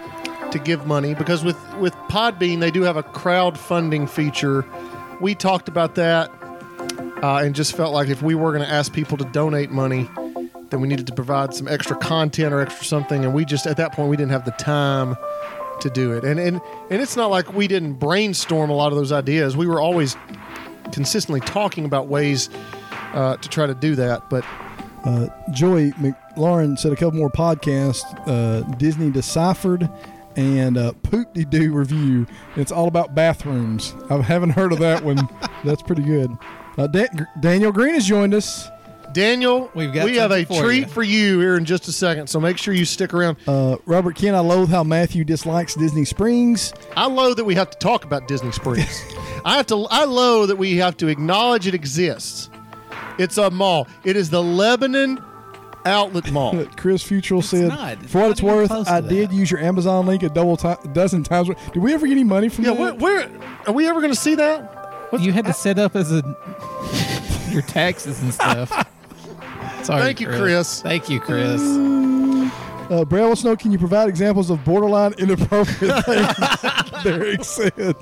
to give money because with with Podbean they do have a crowdfunding feature. We talked about that uh, and just felt like if we were going to ask people to donate money, then we needed to provide some extra content or extra something. And we just at that point we didn't have the time to do it. And and and it's not like we didn't brainstorm a lot of those ideas. We were always consistently talking about ways uh, to try to do that. But joey mclaurin said a couple more podcasts uh, disney deciphered and uh, poop de doo review. It's all about bathrooms. I haven't heard of that one. That's pretty good. Uh, Da- Daniel Green has joined us. Daniel, We've got we have a something for treat you. for you here in just a second. So make sure you stick around. Uh, Robert Ken, I loathe how Matthew dislikes Disney Springs. I loathe that we have to talk about Disney Springs. I have to. I loathe that we have to acknowledge it exists. It's a mall. It is the Lebanon Outlet Mall. But Chris Futrell said, not. It's "For what not it's even worth, close I to did that." use your Amazon link a double ti dozen times. Did we ever get any money from yeah, that? where, where are we ever going to see that? You had to set up as a your taxes and stuff. Sorry, Thank you, Chris. Thank you, Chris. Uh, Braille Snow, can you provide examples of borderline inappropriate things? Derek said.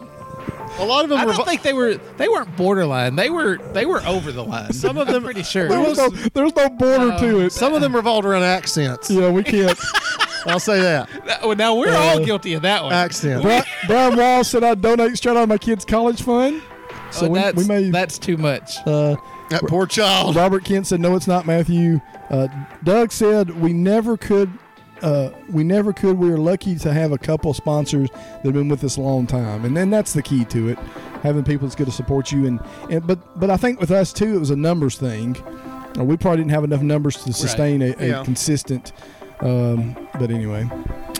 A lot of them I were. don't think they were they weren't borderline. They were they were over the line. Some of them, I'm pretty sure. There was no, there's no border to it. some of them revolved around accents. Yeah, we can't. I'll say that. Now- now we're all guilty of that one. Accent. Brian, Brian Wall said I donate straight out of my kid's college fund. So Oh, we, that's, we may. that's too much. uh, That poor child. Robert Kent said, "No, it's not Matthew." Uh, Doug said, "We never could. Uh, we never could. We are lucky to have a couple sponsors that have been with us a long time, and then that's the key to it, having people that's going to support you. And, and but but I think with us too, it was a numbers thing. Uh, we probably didn't have enough numbers to sustain a, a Yeah. consistent. Um, but anyway,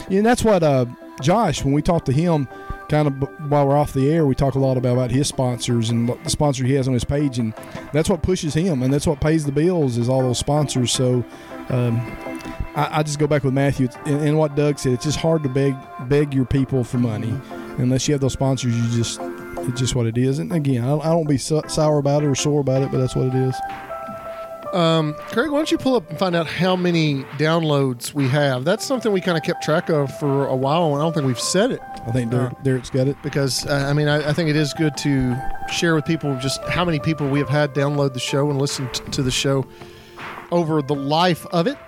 yeah, and that's what uh, Josh. When we talked to him, kind of b- while we're off the air, we talk a lot about, about his sponsors and what the sponsor he has on his page, and that's what pushes him, and that's what pays the bills is all those sponsors. So, um, I, I just go back with Matthew It's- and, and what Doug said. It's just hard to beg beg your people for money unless you have those sponsors. You just it's just what it is. And again, I, I don't be so, sour about it or sore about it, but that's what it is. Um, Craig, why don't you pull up and find out how many downloads we have? That's something we kind of kept track of for a while, and I don't think we've said it I think Der- Derek's got it. because uh, I mean I, I think it is good to share with people just how many people we have had download the show and listen t- to the show over the life of it.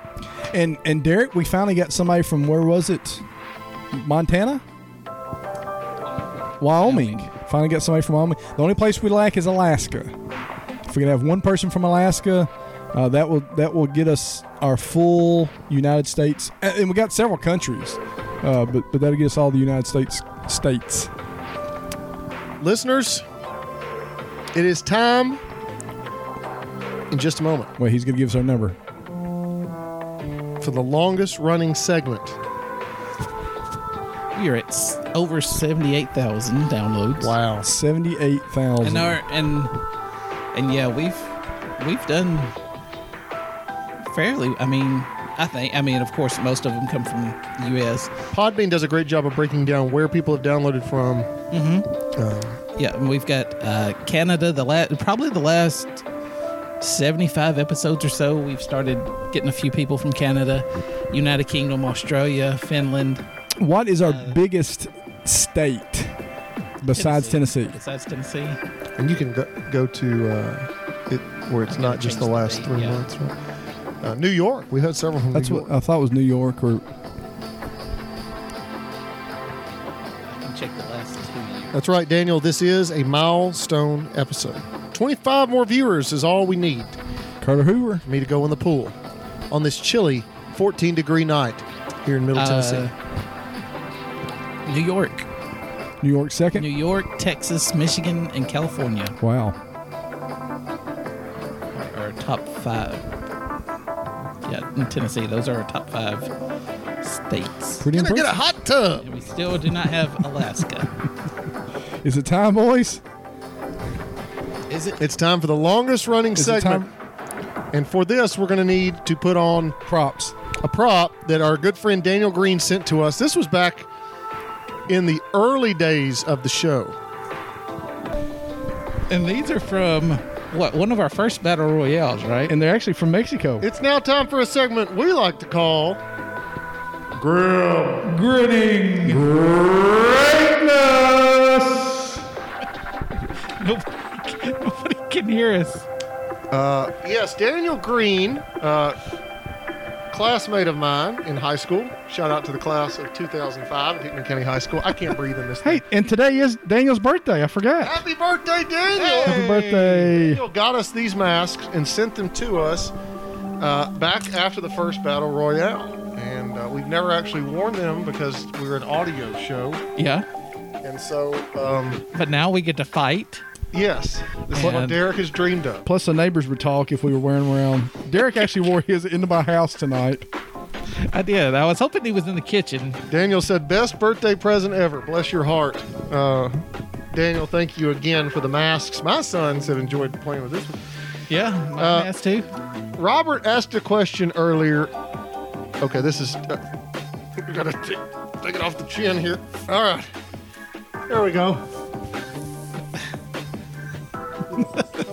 And and Derek, we finally got somebody from where was it? Montana? Wyoming. Finally got somebody from Wyoming. The only place we lack is Alaska. If we can have one person from Alaska, uh, that will that will get us our full United States, and and we got several countries, uh, but but that'll get us all the United States states. Listeners, it is time in just a moment Wait, he's gonna give us our number. for the longest running segment. We are at s- over seventy eight thousand downloads. Wow. Seventy-eight thousand. And our and and yeah, we've we've done fairly. I mean, I think. I mean, of course, most of them come from the U.S. Podbean does a great job of breaking down where people have downloaded from. Yeah, and we've got uh, Canada. The last, probably the last seventy-five episodes or so, we've started getting a few people from Canada, United Kingdom, Australia, Finland, What is our biggest state besides Tennessee? Besides Tennessee, And you can go, go to uh, it where it's not just the change the last date, three yeah. months. Right? Uh, New York. We had several from That's New what York. I thought was New York or I can check the last two. That's right, Daniel. This is a milestone episode. 25 more viewers is all we need Carter Hoover. for me to go in the pool on this chilly 14 degree night here in Middle Tennessee. Uh, New York, New York second. New York, Texas, Michigan, and California wow. are our top five. Yeah, in Tennessee, those are our top five states. Pretty Can I get a impressive. hot tub? And we still do not have Alaska. Is it time, boys? Is it? It's time for the longest running Is it segment. time? And for this, we're going to need to put on Props. a prop that our good friend Daniel Green sent to us. This was back in the early days of the show. And these are from what one of our first battle royales, right? And they're actually from Mexico. It's now time for a segment we like to call Grim. grinning. nobody, can, nobody can hear us. Yes, Daniel Green, uh, classmate of mine in high school. Shout out to the class of 2005 at Hickman County High School. I can't breathe in this. thing. and today is Daniel's birthday. I forgot. happy birthday, Daniel! Happy birthday. Daniel got us these masks and sent them to us uh, back after the first battle royale, and uh, we've never actually worn them because we were an audio show, Yeah, and so um, but now we get to fight. yes, this is what And- Derek has dreamed of. Plus, the neighbors would talk if we were wearing them around. Derek actually wore his into my house tonight. I did. I was hoping he was in the kitchen. Daniel said, "Best birthday present ever. Bless your heart." Uh, Daniel, thank you again for the masks. My sons have enjoyed playing with this. Yeah, my Uh, ass too. Robert asked a question earlier. Okay, this is. Uh, we gotta t- take it off the chin here. All right. There we go.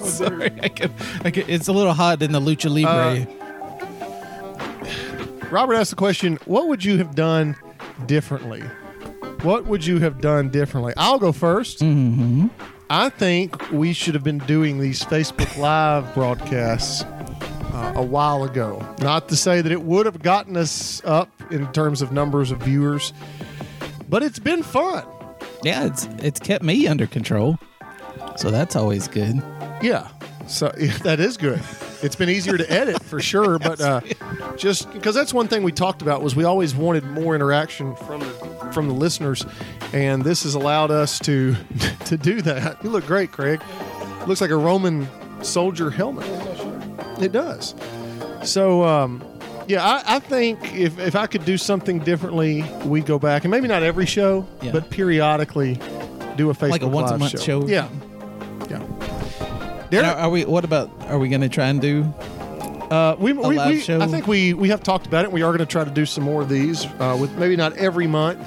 Sorry, I could, I could, it's a little hot in the lucha libre. Robert asked the question What would you have done differently? What would you have done differently? I'll go 1st Mm-hmm. I think we should have been doing these Facebook Live broadcasts uh, a while ago. Not to say that it would have gotten us up in terms of numbers of viewers, but it's been fun. yeah, it's it's kept me under control, so that's always good. Yeah. So yeah, that is good. It's been easier to edit for sure, but uh, just because that's one thing we talked about was we always wanted more interaction from the from the listeners, and this has allowed us to to do that. You look great, Craig. Looks like a Roman soldier helmet. It does. So um, yeah, I, I think if if I could do something differently, we go back and maybe not every show, Yeah. but periodically do a Facebook Like a once a Live month show or Yeah. Yeah. Derek, Are, are we? What about? Are we going to try and do? uh, we, we, live we- show? I think we, we have talked about it. We are going to try to do some more of these uh, with maybe not every month,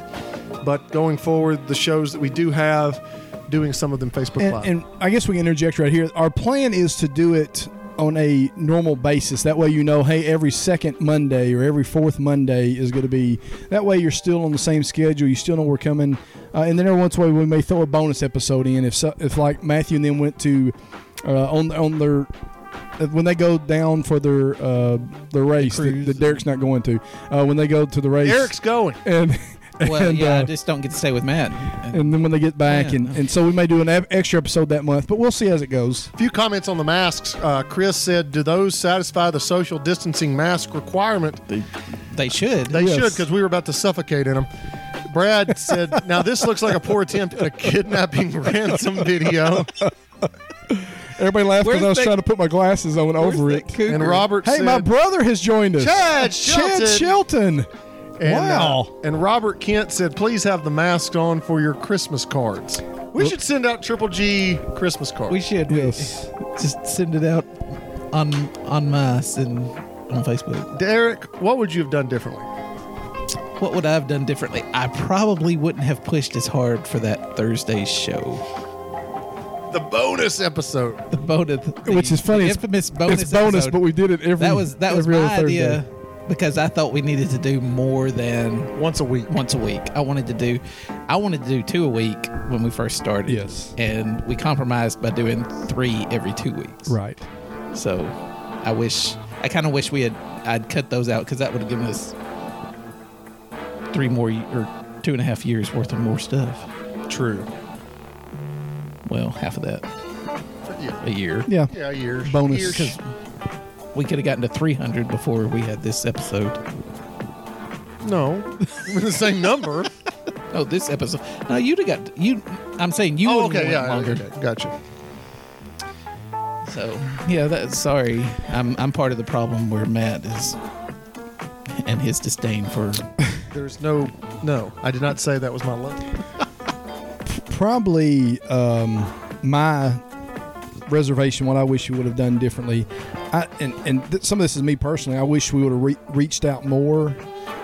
but going forward, the shows that we do have, doing some of them Facebook Live. And, and I guess we can interject right here. Our plan is to do it on a normal basis. That way, you know, hey, every second Monday or every fourth Monday is going to be. That way, you're still on the same schedule. You still know we're coming. Uh, and then every once in a while, we may throw a bonus episode in. If so, if like Matthew and them went to uh, on on their uh, when they go down for their uh, their race that, cruise. that Derek's not going to. Uh, when they go to the race, Eric's going. and. Well, and, yeah, I uh, just don't get to stay with Matt. and then when they get back, Yeah, and, no. and so we may do an e- extra episode that month, but we'll see as it goes. A few comments on the masks. Uh, Chris said, Do those satisfy the social distancing mask requirement? They should. They should, Yes. 'cause should, because we were about to suffocate in them. Brad said, Now this looks like a poor attempt at a kidnapping ransom video. Everybody laughed Where's because I was that- trying to put my glasses on over it. And Robert Hey, said, my brother has joined us. Chad Shelton. Chad Shelton. And, uh, wow. and Robert Kent said, please have the mask on for your Christmas cards. We should send out Triple G Christmas cards. We should. Yes. Just send it out on on mass and on Facebook. Derek, what would you have done differently? What would I have done differently? I probably wouldn't have pushed as hard for that Thursday show. The bonus episode. The bonus, the- Which is funny. the It's- infamous bonus. it's bonus, episode. but we did it every. that was that was every my other Thursday. idea because I thought we needed to do more than Once a week. once a week. I wanted to do, I wanted to do two a week when we first started. Yes. and we compromised by doing three every two weeks. Right. So, I wish, I kind of wish we had, I'd cut those out because that would have given us three more y- or two and a half years worth of more stuff. True. Well, half of that, Yeah, a year. Yeah. yeah years. Bonus. Years. We could have gotten to three hundred before we had this episode. No. the same number. Oh, this episode. No, you'd have got you. I'm saying you. oh, wouldn't okay. have went Yeah. longer. Okay, gotcha. So yeah, that's sorry. I'm I'm part of the problem where Matt is and his disdain for There's no, no. I did not say that was my love. Probably um, my reservation. What I wish you would have done differently. I, and and th- some of this is me personally. I wish we would have re- reached out more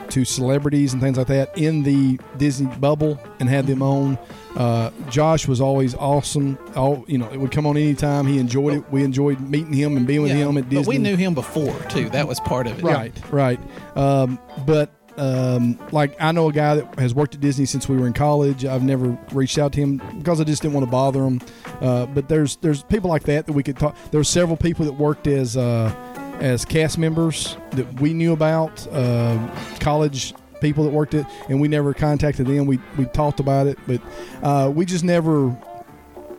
to celebrities and things like that in the Disney bubble and had them on. Uh, Josh was always awesome. All you know, it would come on anytime. He enjoyed it. We enjoyed meeting him and being with Yeah, him at Disney. But we knew him before too. That was part of it. Right, right. Um, but um, like I know a guy that has worked at Disney since we were in college. I've never reached out to him because I just didn't want to bother him. Uh, but there's there's people like that that we could talk. There's several people that worked as uh, as cast members that we knew about. Uh, college people that worked it, and we never contacted them. We we talked about it, but uh, we just never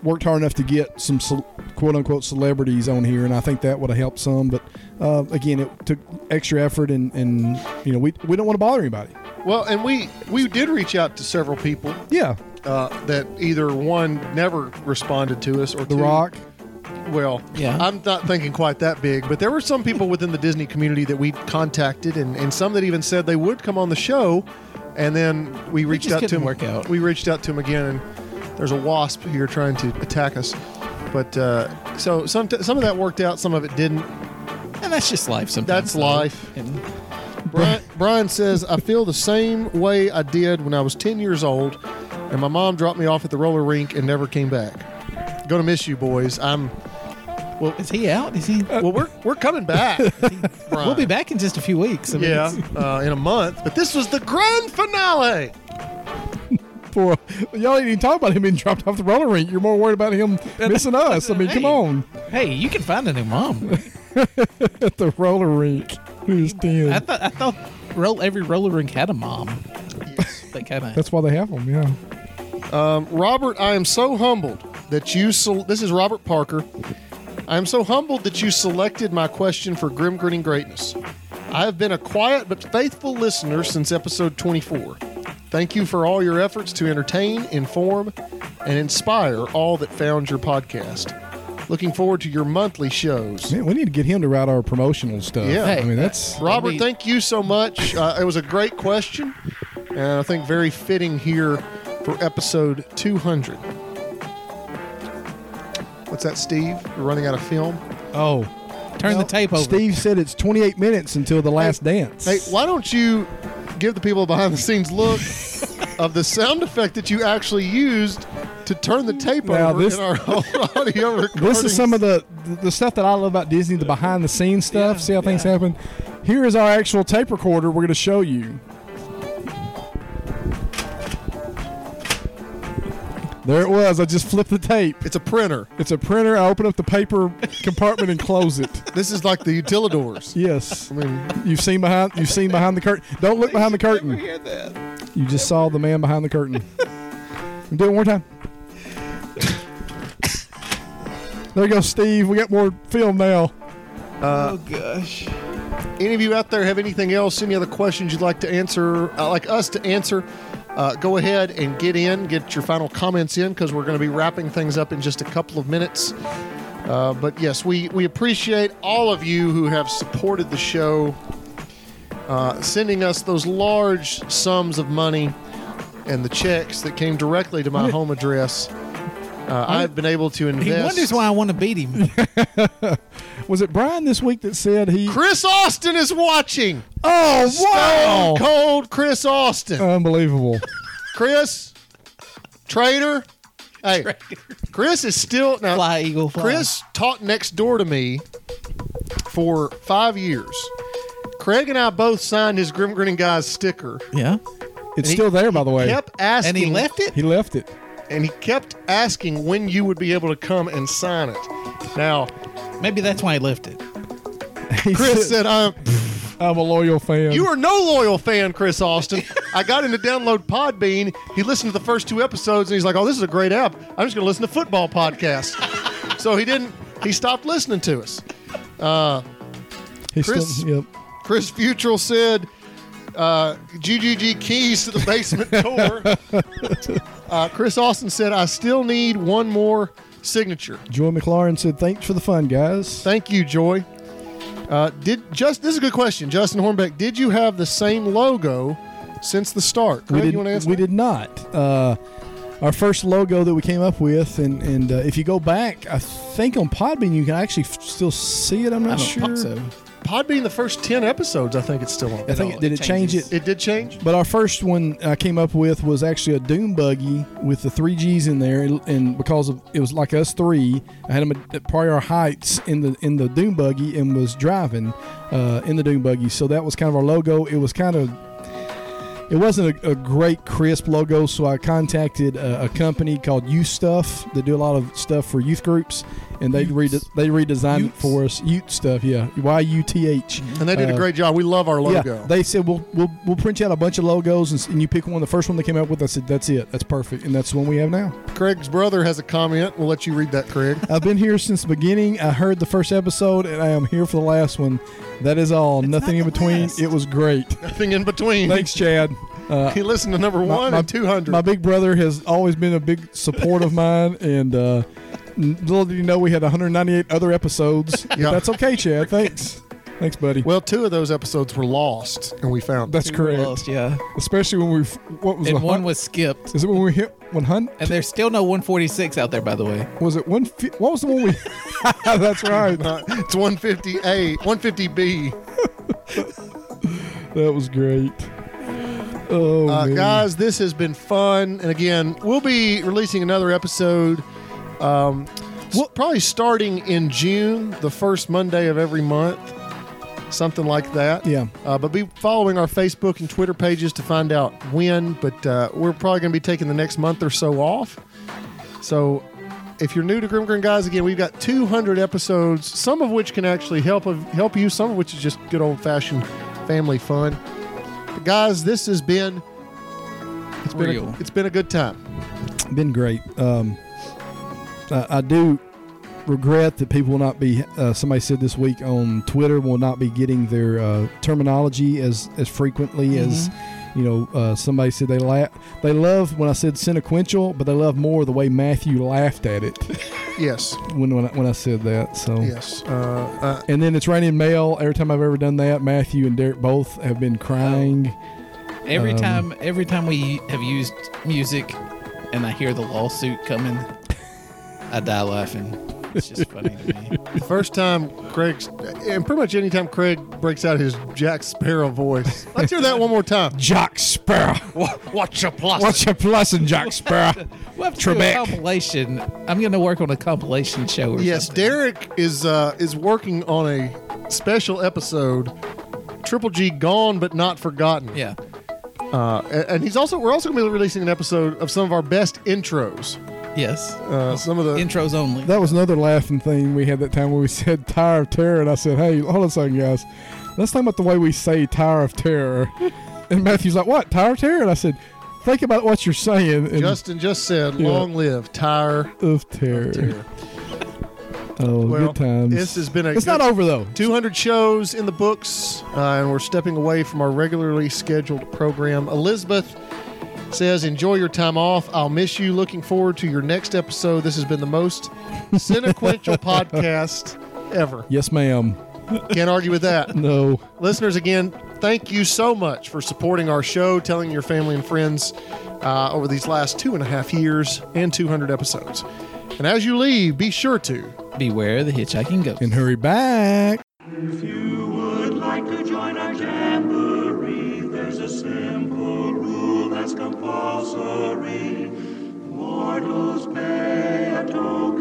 worked hard enough to get some cel- quote unquote celebrities on here, and I think that would have helped some. But uh, again, it took extra effort, and, and you know we we don't want to bother anybody. Well, and we we did reach out to several people Yeah, uh, that either one never responded to us or The two, Rock. Well, Yeah. I'm not thinking quite that big, but there were some people within the Disney community that we contacted, and, and some that even said they would come on the show, and then we reached just out to couldn't them. work out. We reached out to them again, and there's a wasp here trying to attack us. But uh, so some some of that worked out, some of it didn't. And that's just life sometimes. That's life. And Brian, Brian says, I feel the same way I did when I was 10 years old, and my mom dropped me off at the roller rink and never came back. Gonna miss you, boys. I'm. is he out? Is he? Uh, Well, we're, we're coming back. We'll be back in just a few weeks. I mean, Yeah, it's- uh, in a month. But this was the grand finale. Poor, y'all ain't even talking about him being dropped off the roller rink. You're more worried about him missing us. I mean, come Hey. on, Hey, you can find a new mom. at the roller rink. Who's I ten? thought I thought roll every roller rink had a mom. That kind of That's why they have them. Yeah. Um, Robert, I am so humbled that you. Sel- this is Robert Parker. I am so humbled that you selected my question for Grim Grinning Greatness. I have been a quiet but faithful listener since episode 24. Thank you for all your efforts to entertain, inform, and inspire all that found your podcast. Looking forward to your monthly shows. Man, we need to get him to write our promotional stuff. Yeah. I mean, that's Robert, Indeed. thank you so much. Uh, it was a great question, and I think very fitting here for episode 200. What's that, Steve? We're running out of film. oh. turn the tape over. Steve said it's 28 minutes until the last dance. Hey, why don't you give the people a behind the scenes look of the sound effect that you actually used to turn the tape Now, over this- in our whole audio recording? This is some of the the stuff that I love about Disney, the behind the scenes stuff. see how things happen. Here is our actual tape recorder. We're going to show you. There it was. I just flipped the tape. It's a printer. It's a printer. I open up the paper compartment and close it. This is like the utilidors. Yes, I mean, you've seen behind. You've seen behind the curtain. Don't look behind the curtain. You just saw the man behind the curtain. Do it one more time. There you go, Steve. We got more film now. Oh gosh. any of you out there have anything else any other questions you'd like to answer uh, like us to answer uh, go ahead and get in get your final comments in because we're going to be wrapping things up in just a couple of minutes uh, but yes we we appreciate all of you who have supported the show uh, sending us those large sums of money and the checks that came directly to my home address uh, I've been able to invest. He wonders why I want to beat him. Was it Brian this week that said he? Chris Austin is watching. Oh Stone Cold Chris Austin. Unbelievable. Chris, traitor. Hey, Chris is still now. Fly Eagle Fly. Chris taught next door to me for five years. Craig and I both signed his Grim Grinning Guys sticker. Yeah. It's he- still there, by the way. Kept asking, And he left it. He left it. and he kept asking when you would be able to come and sign it. Now, Maybe that's why he left it. He Chris said, said, um, "I'm a loyal fan." "You are no loyal fan, Chris Austin." I got him to download Podbean. He listened to the first two episodes, and he's like, "Oh, this is a great app. I'm just going to listen to football podcasts." so he didn't. He stopped listening to us. He Chris- still- yep. Chris Futrell said, uh, GGG keys to the basement door. uh, Chris Austin said, I still need one more signature. Joy McLaurin said, "Thanks for the fun, guys." Thank you, Joy. Uh, did just this is a good question, Justin Hornbeck. Did you have the same logo since the start? we Craig, did, you want to answer? we that? did not. Uh, our first logo that we came up with, and and uh, if you go back, I think on Podbean you can actually f- still see it. I'm I not don't sure. think so. Podbean the first ten episodes. I think it's still on. I think No, it, did it it change changes. it? It did change. But our first one I came up with was actually a Doom buggy with the three Gs in there, and- and because of it was like us three, I had them at- at Prior Heights in the in the Doom buggy and was driving uh, in the Doom buggy. So that was kind of our logo. It was kind of it wasn't a, a great crisp logo, so I contacted a, a company called Youth Stuff that do a lot of stuff for youth groups, and they re- they redesigned it Utes. for us. Youth Stuff, yeah, Y U T H. And they did a Uh, great job. We love our logo. yeah, they said we'll we'll we'll print you out a bunch of logos and, s- and you pick one. The first one they came out with, I said that's it, that's perfect, and that's the one we have now. Craig's brother has a comment. We'll let you read that, Craig. I've been here since the beginning. I heard the first episode, and I am here for the last one. That is all. Nothing in not the between. last. It was great. Nothing in between. Thanks, Chad. Uh, He listened to number one and two hundred. My big brother has always been a big support of mine, and uh, n- little did you know we had 198 other episodes. But Yeah. That's okay, Chad. Thanks. Thanks, buddy. Well, two of those episodes were lost, and we found. them. That's correct. Lost, yeah. Especially when we f- what was the And hun- one was skipped. is it when we hit one hundred? And there's still no 146 out there, by the way. Was it one? fi- What was the one we? That's right. it's 150A, 150B. That was great. Oh Uh, man. guys, this has been fun. And again, we'll be releasing another episode. Um, well, probably starting in June, the first Monday of every month, something like that. Yeah. Uh, but be following our Facebook and Twitter pages to find out when. But uh, we're probably going to be taking the next month or so off. So if you're new to Grim Grin Guys, again, we've got 200 episodes, some of which can actually help help you, some of which is just good old fashioned family fun. But guys, this has been it's been Real. a, it's been a good time. been great. Um, I, I do regret that people will not be. Uh, somebody said this week on Twitter will not be getting their uh, terminology as as frequently as. You know, uh, somebody said they laugh. They love when I said sequential, but they love more the way Matthew laughed at it Yes, when when I, when I said that. So yes. Uh, uh, And then it's raining mail. Every time I've ever done that, Matthew and Derek both have been crying. Every Um, time, every time we have used music, and I hear the lawsuit coming, I die laughing. It's just funny to me. the first time Craig's, and pretty much any time Craig breaks out his Jack Sparrow voice, let's hear that one more time. Jock Sparrow. What's your plus? What's your plus in Jock Sparrow? We'll have to do a Trebek. compilation. I'm going to work on a compilation show. Or Yes, something. Derek is uh, is working on a special episode, Triple G Gone but Not Forgotten. Yeah. uh, a- and he's also we're also going to be releasing an episode of some of our best intros. Yes. Uh, some of the Intros only. That was another laughing thing we had that time when we said Tower of Terror. And I said, hey, hold on a second, guys. Let's talk about the way we say Tower of Terror. And Matthew's like, what? Tower of Terror? And I said, think about what you're saying. And Justin just said, Yeah. "Long live Tyre." of Terror. Oh, Well, good times. this has been a It's good- not over, though. 200 shows in the books, uh, and we're stepping away from our regularly scheduled program. Elizabeth says, Enjoy your time off. I'll miss you. Looking forward to your next episode. This has been the most cinequential podcast ever. Yes, ma'am. Can't argue with that. No. Listeners, again, thank you so much for supporting our show, telling your family and friends uh, over these last two and a half years and 200 episodes. And as you leave, be sure to Beware the hitchhiking ghost. And hurry back. If you would like to join our jamboree, there's a simple rule that's compulsory. Mortals pay a toll